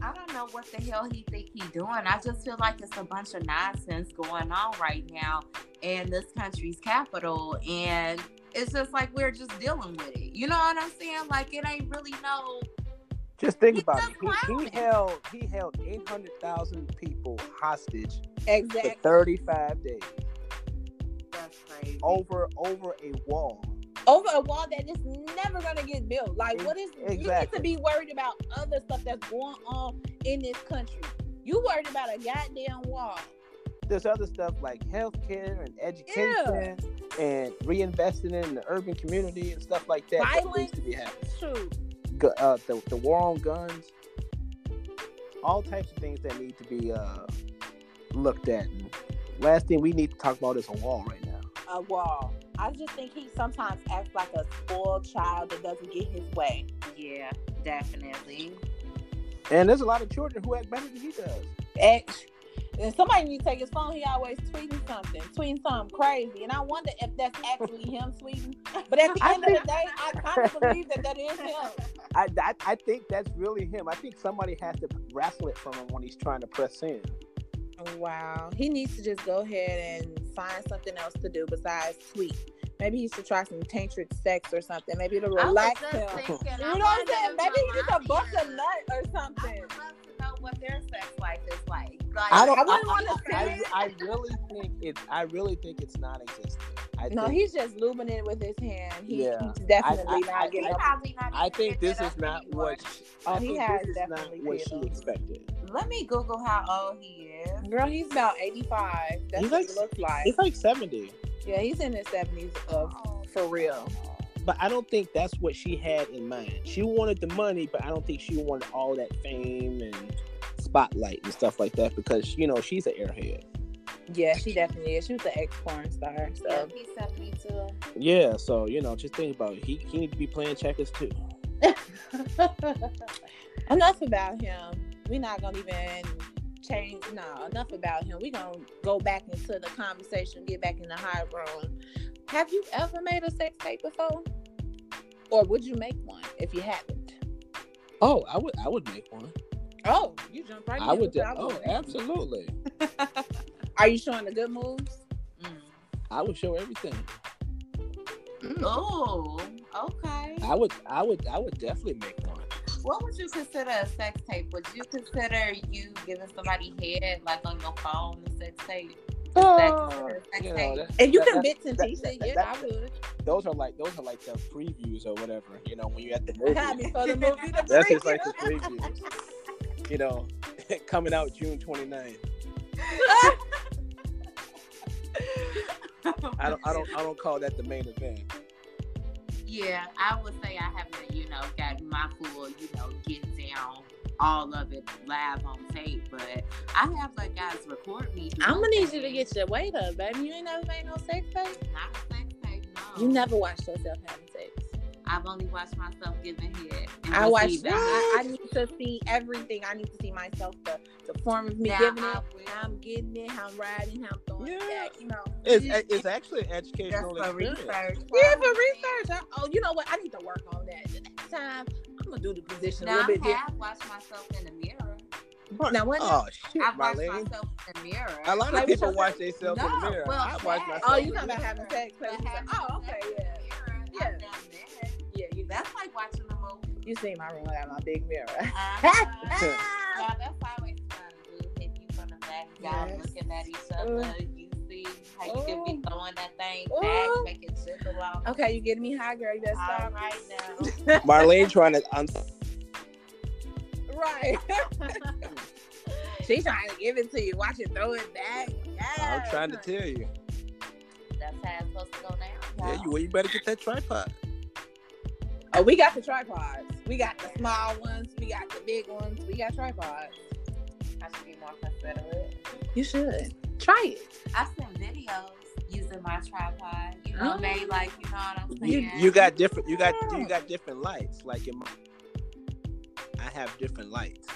[SPEAKER 4] I don't know what the hell he think he doing. I just feel like it's a bunch of nonsense going on right now in this country's capital, and it's just like we're just dealing with it. You know what I'm saying? Like it ain't really no.
[SPEAKER 3] Just think
[SPEAKER 4] He's
[SPEAKER 3] about
[SPEAKER 4] just
[SPEAKER 3] it. He, he
[SPEAKER 4] clowning.
[SPEAKER 3] held he held eight hundred thousand people hostage for
[SPEAKER 2] Exactly.
[SPEAKER 3] thirty five days
[SPEAKER 4] That's crazy.
[SPEAKER 3] over over a wall.
[SPEAKER 2] Over a wall that is never gonna get built. Like what is you need to
[SPEAKER 3] Exactly.
[SPEAKER 2] be worried about other stuff that's going on in this country. You worried about a goddamn wall.
[SPEAKER 3] There's other stuff like healthcare and education and reinvesting in the urban community and stuff like that. that
[SPEAKER 2] Violence.
[SPEAKER 3] needs to be happening.
[SPEAKER 2] True.
[SPEAKER 3] Gu- Uh, the, the war on guns, all types of things that need to be uh, looked at. And last thing we need to talk about is a wall right now.
[SPEAKER 2] A wall. I just think he sometimes acts like a spoiled child that doesn't get his way.
[SPEAKER 4] Yeah, definitely.
[SPEAKER 3] And there's a lot of children who act better than he does.
[SPEAKER 2] Ex- And somebody need to take his phone. He always tweeting something, tweeting something crazy. And I wonder if that's actually him tweeting. But at the
[SPEAKER 3] I
[SPEAKER 2] end of the day, I kind of believe that that is him.
[SPEAKER 3] I, I, I think that's really him. I think somebody has to wrestle it from him when he's trying to press in.
[SPEAKER 2] Wow. He needs to just go ahead and find something else to do besides tweet. Maybe he should try some tantric sex or something. Maybe it'll
[SPEAKER 4] I was
[SPEAKER 2] relax
[SPEAKER 4] just
[SPEAKER 2] him.
[SPEAKER 4] thinking,
[SPEAKER 2] You know
[SPEAKER 4] I
[SPEAKER 2] what I'm
[SPEAKER 4] wonder
[SPEAKER 2] saying?
[SPEAKER 4] if
[SPEAKER 2] Maybe he just a bust a
[SPEAKER 4] Melania-
[SPEAKER 2] nut or
[SPEAKER 4] I
[SPEAKER 2] something.
[SPEAKER 4] would love to know what their sex life is like. like
[SPEAKER 3] I don't.
[SPEAKER 2] I
[SPEAKER 3] I,
[SPEAKER 2] wouldn't
[SPEAKER 3] I,
[SPEAKER 2] wanna say
[SPEAKER 3] I,
[SPEAKER 2] it.
[SPEAKER 3] I really think it's. I really think it's non-existent. I
[SPEAKER 2] No,
[SPEAKER 3] think,
[SPEAKER 2] he's just lubing it with his hand. He,
[SPEAKER 3] Yeah.
[SPEAKER 2] He's definitely
[SPEAKER 3] I-
[SPEAKER 2] not
[SPEAKER 3] I-
[SPEAKER 2] getting
[SPEAKER 4] He
[SPEAKER 2] up.
[SPEAKER 4] probably not
[SPEAKER 3] I
[SPEAKER 4] even
[SPEAKER 3] think
[SPEAKER 4] picked
[SPEAKER 3] this
[SPEAKER 4] it
[SPEAKER 3] is
[SPEAKER 4] up
[SPEAKER 3] not
[SPEAKER 4] anymore.
[SPEAKER 3] what. She, I
[SPEAKER 2] Oh, he
[SPEAKER 3] think
[SPEAKER 2] has
[SPEAKER 3] this is not
[SPEAKER 2] definitely
[SPEAKER 3] what
[SPEAKER 2] hit
[SPEAKER 3] she
[SPEAKER 2] him.
[SPEAKER 3] expected.
[SPEAKER 4] Let me Google how old he is.
[SPEAKER 2] Girl, he's about 85. That's
[SPEAKER 3] He's
[SPEAKER 2] what
[SPEAKER 3] like-
[SPEAKER 2] he looks like.
[SPEAKER 3] It's like seventy,
[SPEAKER 2] Yeah, he's in his uh, 70s of
[SPEAKER 4] Oh.
[SPEAKER 3] Oh.
[SPEAKER 2] for real.
[SPEAKER 3] but I don't think that's what she had in mind. She wanted the money, but I don't think she wanted all that fame and spotlight and stuff like that because you know she's an airhead.
[SPEAKER 2] Yeah, she definitely is. She was an ex porn star. So
[SPEAKER 4] Yeah, he's 72.
[SPEAKER 3] Yeah, so you know, just think about it. He he need to be playing checkers too.
[SPEAKER 2] enough about him. We're not gonna even change. No, enough about him. We're gonna go back into the conversation, get back in the high room. Have you ever made a sex tape before? Or would you make one if you haven't?
[SPEAKER 3] Oh, I would I would make one.
[SPEAKER 2] Oh, you jumped right
[SPEAKER 3] I
[SPEAKER 2] in.
[SPEAKER 3] would. do-
[SPEAKER 2] I
[SPEAKER 3] oh,
[SPEAKER 2] would've.
[SPEAKER 3] absolutely.
[SPEAKER 2] Are you showing the good moves?
[SPEAKER 4] Mm.
[SPEAKER 3] I would show everything.
[SPEAKER 4] Oh, okay.
[SPEAKER 3] I would. I would. I would definitely make one.
[SPEAKER 4] What would you consider a sex tape? Would you consider you giving somebody head like on your phone a sex tape? Is that
[SPEAKER 2] Oh.
[SPEAKER 4] considered a sex
[SPEAKER 3] Oh, You
[SPEAKER 4] tape?
[SPEAKER 3] know, that-
[SPEAKER 2] If you
[SPEAKER 3] that-
[SPEAKER 2] can
[SPEAKER 3] that-
[SPEAKER 2] bits and
[SPEAKER 3] that-
[SPEAKER 2] pieces,
[SPEAKER 3] that-
[SPEAKER 2] yeah,
[SPEAKER 3] that-
[SPEAKER 2] I would.
[SPEAKER 3] those are like those are like the previews or whatever. You know, when you're at the movie,
[SPEAKER 2] Before the movie, the
[SPEAKER 3] that's
[SPEAKER 2] preview.
[SPEAKER 3] just like the previews. You know, coming out June 29th. I don't. I don't. I don't call that the main event.
[SPEAKER 4] Yeah, I would say I haven't, you know, gotten my full, you know, get down all of it live on tape, but I have like guys record me. doing
[SPEAKER 2] I'm gonna need you to
[SPEAKER 4] things.
[SPEAKER 2] get your weight up, baby. You ain't never made no sex tape.
[SPEAKER 4] not a sex tape, no.
[SPEAKER 2] You never watched yourself having sex.
[SPEAKER 4] I've only watched myself giving head. And
[SPEAKER 2] I
[SPEAKER 4] we'll
[SPEAKER 2] watch
[SPEAKER 4] see
[SPEAKER 2] that.
[SPEAKER 4] about
[SPEAKER 2] I, I
[SPEAKER 4] it.
[SPEAKER 2] need to see everything. I need to see myself the, the form of me
[SPEAKER 4] Now
[SPEAKER 2] giving
[SPEAKER 4] I
[SPEAKER 2] it.
[SPEAKER 4] will.
[SPEAKER 2] I'm getting it. How I'm riding. How I'm throwing it
[SPEAKER 3] Yeah.
[SPEAKER 2] back. You know.
[SPEAKER 3] It's it's actually an
[SPEAKER 4] That's
[SPEAKER 3] educational
[SPEAKER 4] for
[SPEAKER 3] experience.
[SPEAKER 4] research.
[SPEAKER 2] Yeah, for research. I, oh, you know what? I need to work on that. The next time, I'm gonna do the position a
[SPEAKER 4] Now
[SPEAKER 2] little bit
[SPEAKER 4] I
[SPEAKER 2] different.
[SPEAKER 4] have watched myself in the mirror.
[SPEAKER 2] Now what?
[SPEAKER 3] Oh shit,
[SPEAKER 4] I've watched
[SPEAKER 3] Marlene.
[SPEAKER 4] myself in the mirror.
[SPEAKER 3] A lot
[SPEAKER 2] Like,
[SPEAKER 3] of people
[SPEAKER 2] what
[SPEAKER 3] watch themselves in
[SPEAKER 4] No,
[SPEAKER 3] the mirror.
[SPEAKER 4] well,
[SPEAKER 3] I watch
[SPEAKER 4] yeah.
[SPEAKER 3] myself.
[SPEAKER 2] oh,
[SPEAKER 3] in
[SPEAKER 2] you
[SPEAKER 3] the
[SPEAKER 2] talking about
[SPEAKER 3] mirror.
[SPEAKER 2] having sex?
[SPEAKER 4] But
[SPEAKER 2] Like,
[SPEAKER 4] having
[SPEAKER 2] oh, okay,
[SPEAKER 4] sex
[SPEAKER 2] yeah,
[SPEAKER 4] in the
[SPEAKER 2] Yeah.
[SPEAKER 4] mirror, I've done that.
[SPEAKER 2] yeah. You,
[SPEAKER 4] That's like watching a movie.
[SPEAKER 2] you see my room? I got my big mirror.
[SPEAKER 4] Uh,
[SPEAKER 2] Ah!
[SPEAKER 4] Yeah, that's always fun, dude. If you from the back, y'all
[SPEAKER 2] Yes.
[SPEAKER 4] looking at each other, you see how you can be
[SPEAKER 2] Ooh.
[SPEAKER 4] throwing that thing
[SPEAKER 2] Ooh.
[SPEAKER 4] back, make it jiggle off.
[SPEAKER 2] okay, you getting me high, girl? You better
[SPEAKER 4] All
[SPEAKER 2] stop
[SPEAKER 4] right now.
[SPEAKER 3] Marlene trying to. I'm,
[SPEAKER 2] Right. She's trying to give it to you. Watch it throw it back.
[SPEAKER 3] I'm
[SPEAKER 2] Yes.
[SPEAKER 3] trying to tell you.
[SPEAKER 4] That's how it's supposed to go down.
[SPEAKER 3] Yeah, you.
[SPEAKER 4] y'all.
[SPEAKER 3] You better get that tripod.
[SPEAKER 2] Oh, we got the tripods. We got the small ones. We got the big ones. We got tripods.
[SPEAKER 4] I should be more considerate.
[SPEAKER 2] You should try it.
[SPEAKER 4] I send videos using my tripod. You know,
[SPEAKER 2] Oh.
[SPEAKER 4] babe, like you know what I'm saying.
[SPEAKER 3] You, you got different. You got you got different lights. Like in my, I have different lights.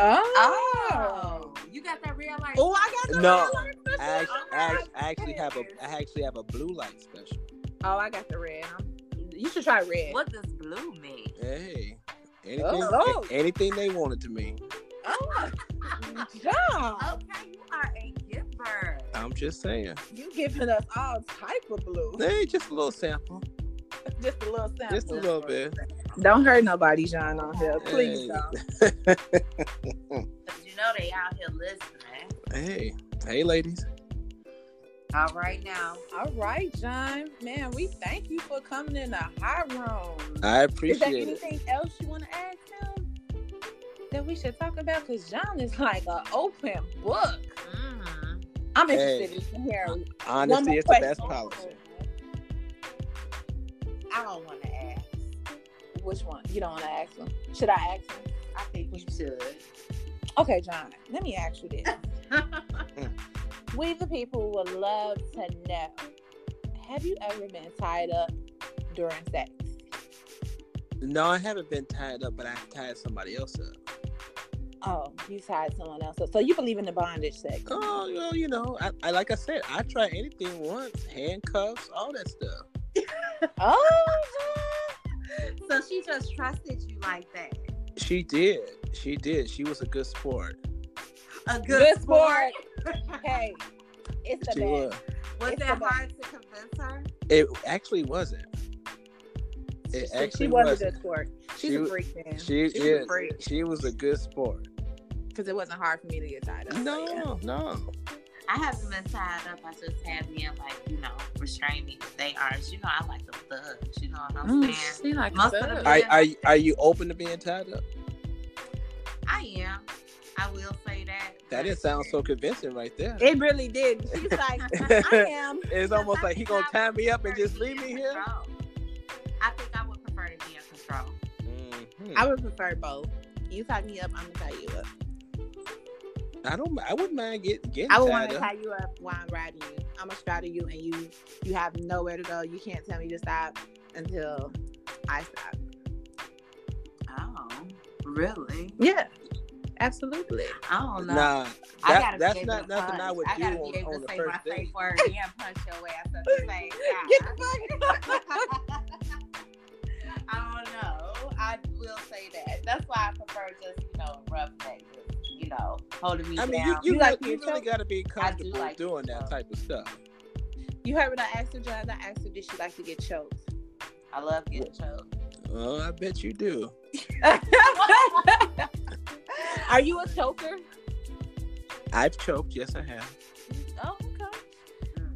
[SPEAKER 4] Oh, you got that real life.
[SPEAKER 2] Oh, I got the
[SPEAKER 3] No.
[SPEAKER 2] red Oh, light
[SPEAKER 3] I
[SPEAKER 2] special.
[SPEAKER 4] act-
[SPEAKER 3] actually, I act- I actually have a I actually have a blue light special.
[SPEAKER 2] Oh, I got the red. I'm- You should try red.
[SPEAKER 4] What does blue mean?
[SPEAKER 3] Hey, anything
[SPEAKER 2] Oh.
[SPEAKER 3] a- anything they wanted to me.
[SPEAKER 2] Oh, yeah.
[SPEAKER 4] Okay, you are a giver.
[SPEAKER 3] I'm just saying.
[SPEAKER 2] You giving us all type of blue.
[SPEAKER 3] Hey, just a little sample.
[SPEAKER 2] Just a little sample.
[SPEAKER 3] Just a little bit.
[SPEAKER 2] Don't hurt nobody, John, on here. Please
[SPEAKER 3] Hey.
[SPEAKER 2] don't.
[SPEAKER 4] Cause you know they out here listening.
[SPEAKER 3] Hey, hey, ladies.
[SPEAKER 4] All right now.
[SPEAKER 2] All right, John. Man, we thank you for coming in the hot room.
[SPEAKER 3] I
[SPEAKER 2] Is there
[SPEAKER 3] appreciate it.
[SPEAKER 2] anything else you want to ask him that we should talk about? Because John is like an open book.
[SPEAKER 4] Mm.
[SPEAKER 2] I'm
[SPEAKER 3] Hey.
[SPEAKER 2] interested in hearing. One more
[SPEAKER 3] Honestly, it's the
[SPEAKER 2] question.
[SPEAKER 3] best policy.
[SPEAKER 4] I don't want to ask.
[SPEAKER 2] Which one? You don't want to ask him. Should I ask him?
[SPEAKER 4] I think you should.
[SPEAKER 2] Okay, John, let me ask you this. we, the people, would love to know have you ever been tied up during sex?
[SPEAKER 3] No, I haven't been tied up, but I tied somebody else up.
[SPEAKER 2] Oh, you tied someone else up. So you believe in the bondage sex?
[SPEAKER 3] Oh, well, you know, I, I like I said, I try anything once, handcuffs, all that stuff.
[SPEAKER 2] Oh,
[SPEAKER 4] so she just trusted you like that.
[SPEAKER 3] She did. She did. She was a good sport.
[SPEAKER 4] A good,
[SPEAKER 2] good
[SPEAKER 4] sport.
[SPEAKER 2] sport. hey, it's the
[SPEAKER 3] she
[SPEAKER 2] best.
[SPEAKER 3] was.
[SPEAKER 4] Was
[SPEAKER 2] It's
[SPEAKER 4] that
[SPEAKER 2] about-
[SPEAKER 4] hard to convince her?
[SPEAKER 3] It actually wasn't.
[SPEAKER 2] She-
[SPEAKER 3] It
[SPEAKER 2] she-
[SPEAKER 3] actually
[SPEAKER 2] she was a
[SPEAKER 3] wasn't.
[SPEAKER 2] good sport. She's
[SPEAKER 3] She
[SPEAKER 2] a
[SPEAKER 3] wa-
[SPEAKER 2] freak man.
[SPEAKER 3] She
[SPEAKER 2] She's
[SPEAKER 3] yeah,
[SPEAKER 2] a freak
[SPEAKER 3] she was a good sport.
[SPEAKER 2] because it wasn't hard for me to get tied up. so yeah.
[SPEAKER 3] No, no.
[SPEAKER 4] I haven't been tied up. I just had me in like, you know, restraining they are. You know, I like the thugs. You know what I'm
[SPEAKER 2] Mm,
[SPEAKER 4] saying?
[SPEAKER 2] she like
[SPEAKER 4] Must
[SPEAKER 2] a
[SPEAKER 4] have
[SPEAKER 2] thug.
[SPEAKER 4] been-
[SPEAKER 3] Are, are are you open to being tied up?
[SPEAKER 4] I am. I will say that.
[SPEAKER 3] That didn't sound so convincing right there.
[SPEAKER 2] It really did. She's like, I am.
[SPEAKER 3] It's almost like he gonna tie me up and just leave me here.
[SPEAKER 4] I think I would prefer to be in control.
[SPEAKER 3] Mhm.
[SPEAKER 2] I would prefer both. You tie me up, I'm gonna tie you up.
[SPEAKER 3] I don't. I wouldn't mind getting getting
[SPEAKER 2] I would want to
[SPEAKER 3] tied up.
[SPEAKER 2] tie you up while I'm riding you. I'm gonna straddle you, and you you have nowhere to go. You can't tell me to stop until I stop.
[SPEAKER 4] Oh, really?
[SPEAKER 2] Yeah, absolutely.
[SPEAKER 4] I don't know.
[SPEAKER 3] Nah,
[SPEAKER 4] I
[SPEAKER 3] that-
[SPEAKER 4] gotta
[SPEAKER 3] that's
[SPEAKER 4] be able
[SPEAKER 3] not
[SPEAKER 4] to
[SPEAKER 3] nothing
[SPEAKER 4] punch.
[SPEAKER 3] I would do
[SPEAKER 4] gotta
[SPEAKER 3] on-
[SPEAKER 4] be able
[SPEAKER 3] on
[SPEAKER 4] to
[SPEAKER 3] the
[SPEAKER 4] say
[SPEAKER 3] first
[SPEAKER 4] my
[SPEAKER 3] date.
[SPEAKER 4] safe word and punch your ass at the same time.
[SPEAKER 2] Get the
[SPEAKER 4] I don't know. I will say that. That's why I prefer just you know rough neck, just, you know, holding me
[SPEAKER 3] I mean, you,
[SPEAKER 4] down.
[SPEAKER 3] you,
[SPEAKER 2] You
[SPEAKER 3] got-
[SPEAKER 2] like
[SPEAKER 3] you
[SPEAKER 2] being
[SPEAKER 3] really
[SPEAKER 2] choked?
[SPEAKER 3] got to be comfortable
[SPEAKER 4] like being
[SPEAKER 3] doing that
[SPEAKER 4] choked.
[SPEAKER 3] type of stuff.
[SPEAKER 2] You heard what I asked her, John. I asked her, did she like to get choked?
[SPEAKER 4] I love getting choked.
[SPEAKER 3] Oh, I bet you do.
[SPEAKER 2] Are you a choker?
[SPEAKER 3] I've choked. Yes, I have.
[SPEAKER 2] Oh, okay.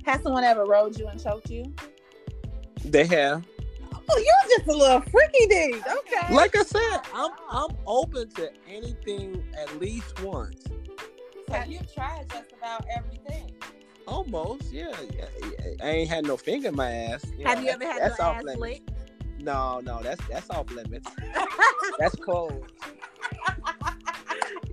[SPEAKER 2] Has someone ever rode you and choked you?
[SPEAKER 3] They have.
[SPEAKER 2] Oh, you're just a little freaky dude.
[SPEAKER 4] Okay.
[SPEAKER 3] Like I said, I'm I'm open to anything at least once.
[SPEAKER 4] So you tried just about everything.
[SPEAKER 3] Almost, yeah. yeah, yeah. I ain't had no finger in my ass.
[SPEAKER 2] Have
[SPEAKER 3] know,
[SPEAKER 2] you ever
[SPEAKER 3] that-
[SPEAKER 2] had
[SPEAKER 3] that's
[SPEAKER 2] your
[SPEAKER 3] off
[SPEAKER 2] ass
[SPEAKER 3] limits.
[SPEAKER 2] licked?
[SPEAKER 3] No, no, that's that's off limits. that's cold.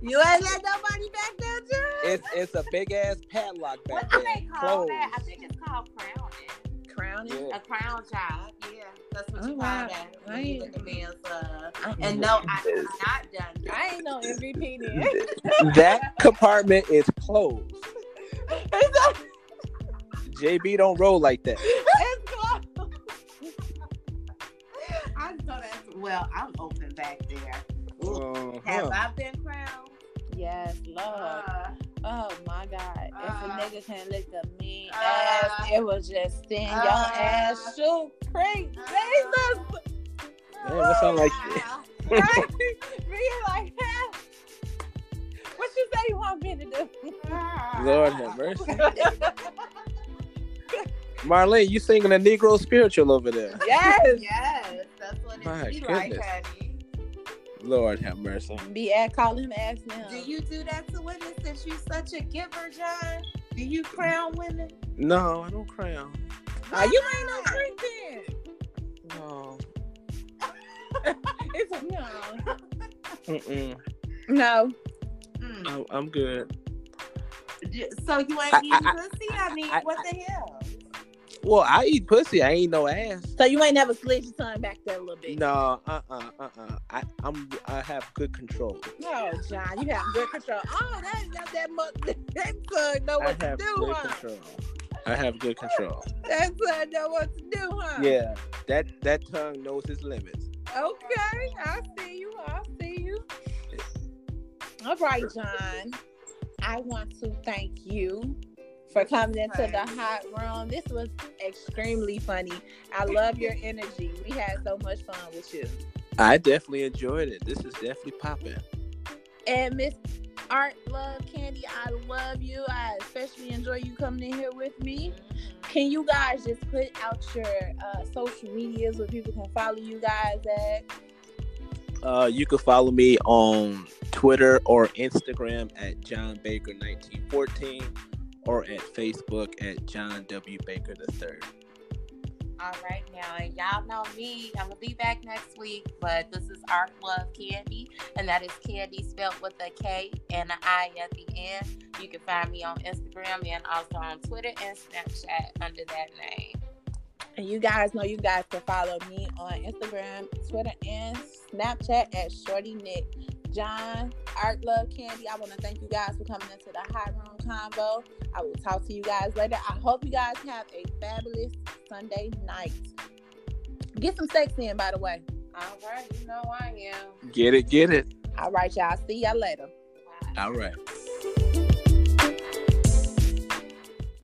[SPEAKER 2] You ain't let nobody back down, John.
[SPEAKER 3] It's it's a big ass padlock
[SPEAKER 4] What
[SPEAKER 3] back
[SPEAKER 4] do
[SPEAKER 3] there.
[SPEAKER 4] they call
[SPEAKER 3] Closed.
[SPEAKER 4] that? I think it's called crowning.
[SPEAKER 2] Crowning.
[SPEAKER 3] Yeah.
[SPEAKER 4] A crown job. Yeah, that's what
[SPEAKER 2] Oh,
[SPEAKER 4] you
[SPEAKER 2] wow.
[SPEAKER 4] call that. When you look at man's uh,
[SPEAKER 2] I ain't
[SPEAKER 4] and no, I have not done that.
[SPEAKER 2] I ain't no MVP then.
[SPEAKER 3] that compartment is closed.
[SPEAKER 2] it's,
[SPEAKER 3] JB don't roll like that.
[SPEAKER 2] it's close.
[SPEAKER 4] I know that's well. I'm open back there. Have
[SPEAKER 3] Uh-huh.
[SPEAKER 4] I been crowned?
[SPEAKER 2] Yes, Lord.
[SPEAKER 4] Uh,
[SPEAKER 2] Oh my God.
[SPEAKER 4] Uh.
[SPEAKER 2] if a nigga can lick a mean
[SPEAKER 4] Uh.
[SPEAKER 2] ass, it was just send your
[SPEAKER 4] Uh.
[SPEAKER 2] ass shoot creek.
[SPEAKER 4] Uh.
[SPEAKER 2] Jesus.
[SPEAKER 3] Man, that sound like
[SPEAKER 4] wow.
[SPEAKER 2] right? Me like that. What you say you want me to do?
[SPEAKER 3] Lord have mercy. Marlene, you singing a Negro spiritual over there.
[SPEAKER 2] Yes.
[SPEAKER 4] Yes, that's what it
[SPEAKER 3] My
[SPEAKER 4] be like,
[SPEAKER 3] goodness.
[SPEAKER 4] honey.
[SPEAKER 3] Lord have mercy.
[SPEAKER 2] Be at call him ass now.
[SPEAKER 4] Do you do that to women since you such a giver, John? Do you crown women?
[SPEAKER 3] No, I don't crown.
[SPEAKER 2] Are you ain't no creek then?
[SPEAKER 3] No.
[SPEAKER 2] It's no.
[SPEAKER 3] Mm-mm.
[SPEAKER 2] No.
[SPEAKER 4] Mm.
[SPEAKER 3] I'm, I'm good.
[SPEAKER 4] So you ain't eating pussy? I mean, what the hell?
[SPEAKER 3] Well, I eat pussy. I ain't no ass.
[SPEAKER 2] So you ain't never slid your tongue back there a little bit.
[SPEAKER 3] No, uh, uh-uh, uh, I, I'm. I have good control.
[SPEAKER 2] No, John, you have good control. Oh, that that that mother, that son know
[SPEAKER 3] I
[SPEAKER 2] what to
[SPEAKER 3] have
[SPEAKER 2] do,
[SPEAKER 3] good
[SPEAKER 4] uh?
[SPEAKER 2] huh?
[SPEAKER 3] control. I have good control.
[SPEAKER 2] That son know what to do, huh?
[SPEAKER 3] Yeah, that that tongue knows its limits.
[SPEAKER 2] Okay, I see you. I see you. All right, John. I want to thank you for coming into the hot room. This was extremely funny. I love your energy. We had so much fun with you.
[SPEAKER 3] I definitely enjoyed it. This is definitely popping.
[SPEAKER 2] And Miss Art Love Candy, I love you. I especially enjoy you coming in here with me. Can you guys just put out your uh, social medias where people can follow you guys at?
[SPEAKER 3] Uh, you can follow me on Twitter or Instagram at John Baker 1914 or at Facebook at John W Baker the third.
[SPEAKER 4] All right now, and y'all know me. I'm gonna be back next week, but this is Art Love Candy, and that is Candy spelled with a K and an I at the end. You can find me on Instagram and also on Twitter and Snapchat under that name.
[SPEAKER 2] And you guys know you guys can follow me on Instagram, Twitter, and Snapchat at Shorty Nick. John, Art Love Candy, I want to thank you guys for coming into the Hot Room Convo. I will talk to you guys later. I hope you guys have a fabulous Sunday night. Get some sex in, by the way.
[SPEAKER 4] All right, you know I am.
[SPEAKER 3] Get it, get it.
[SPEAKER 2] All right, y'all. See y'all later.
[SPEAKER 4] Bye.
[SPEAKER 3] All right.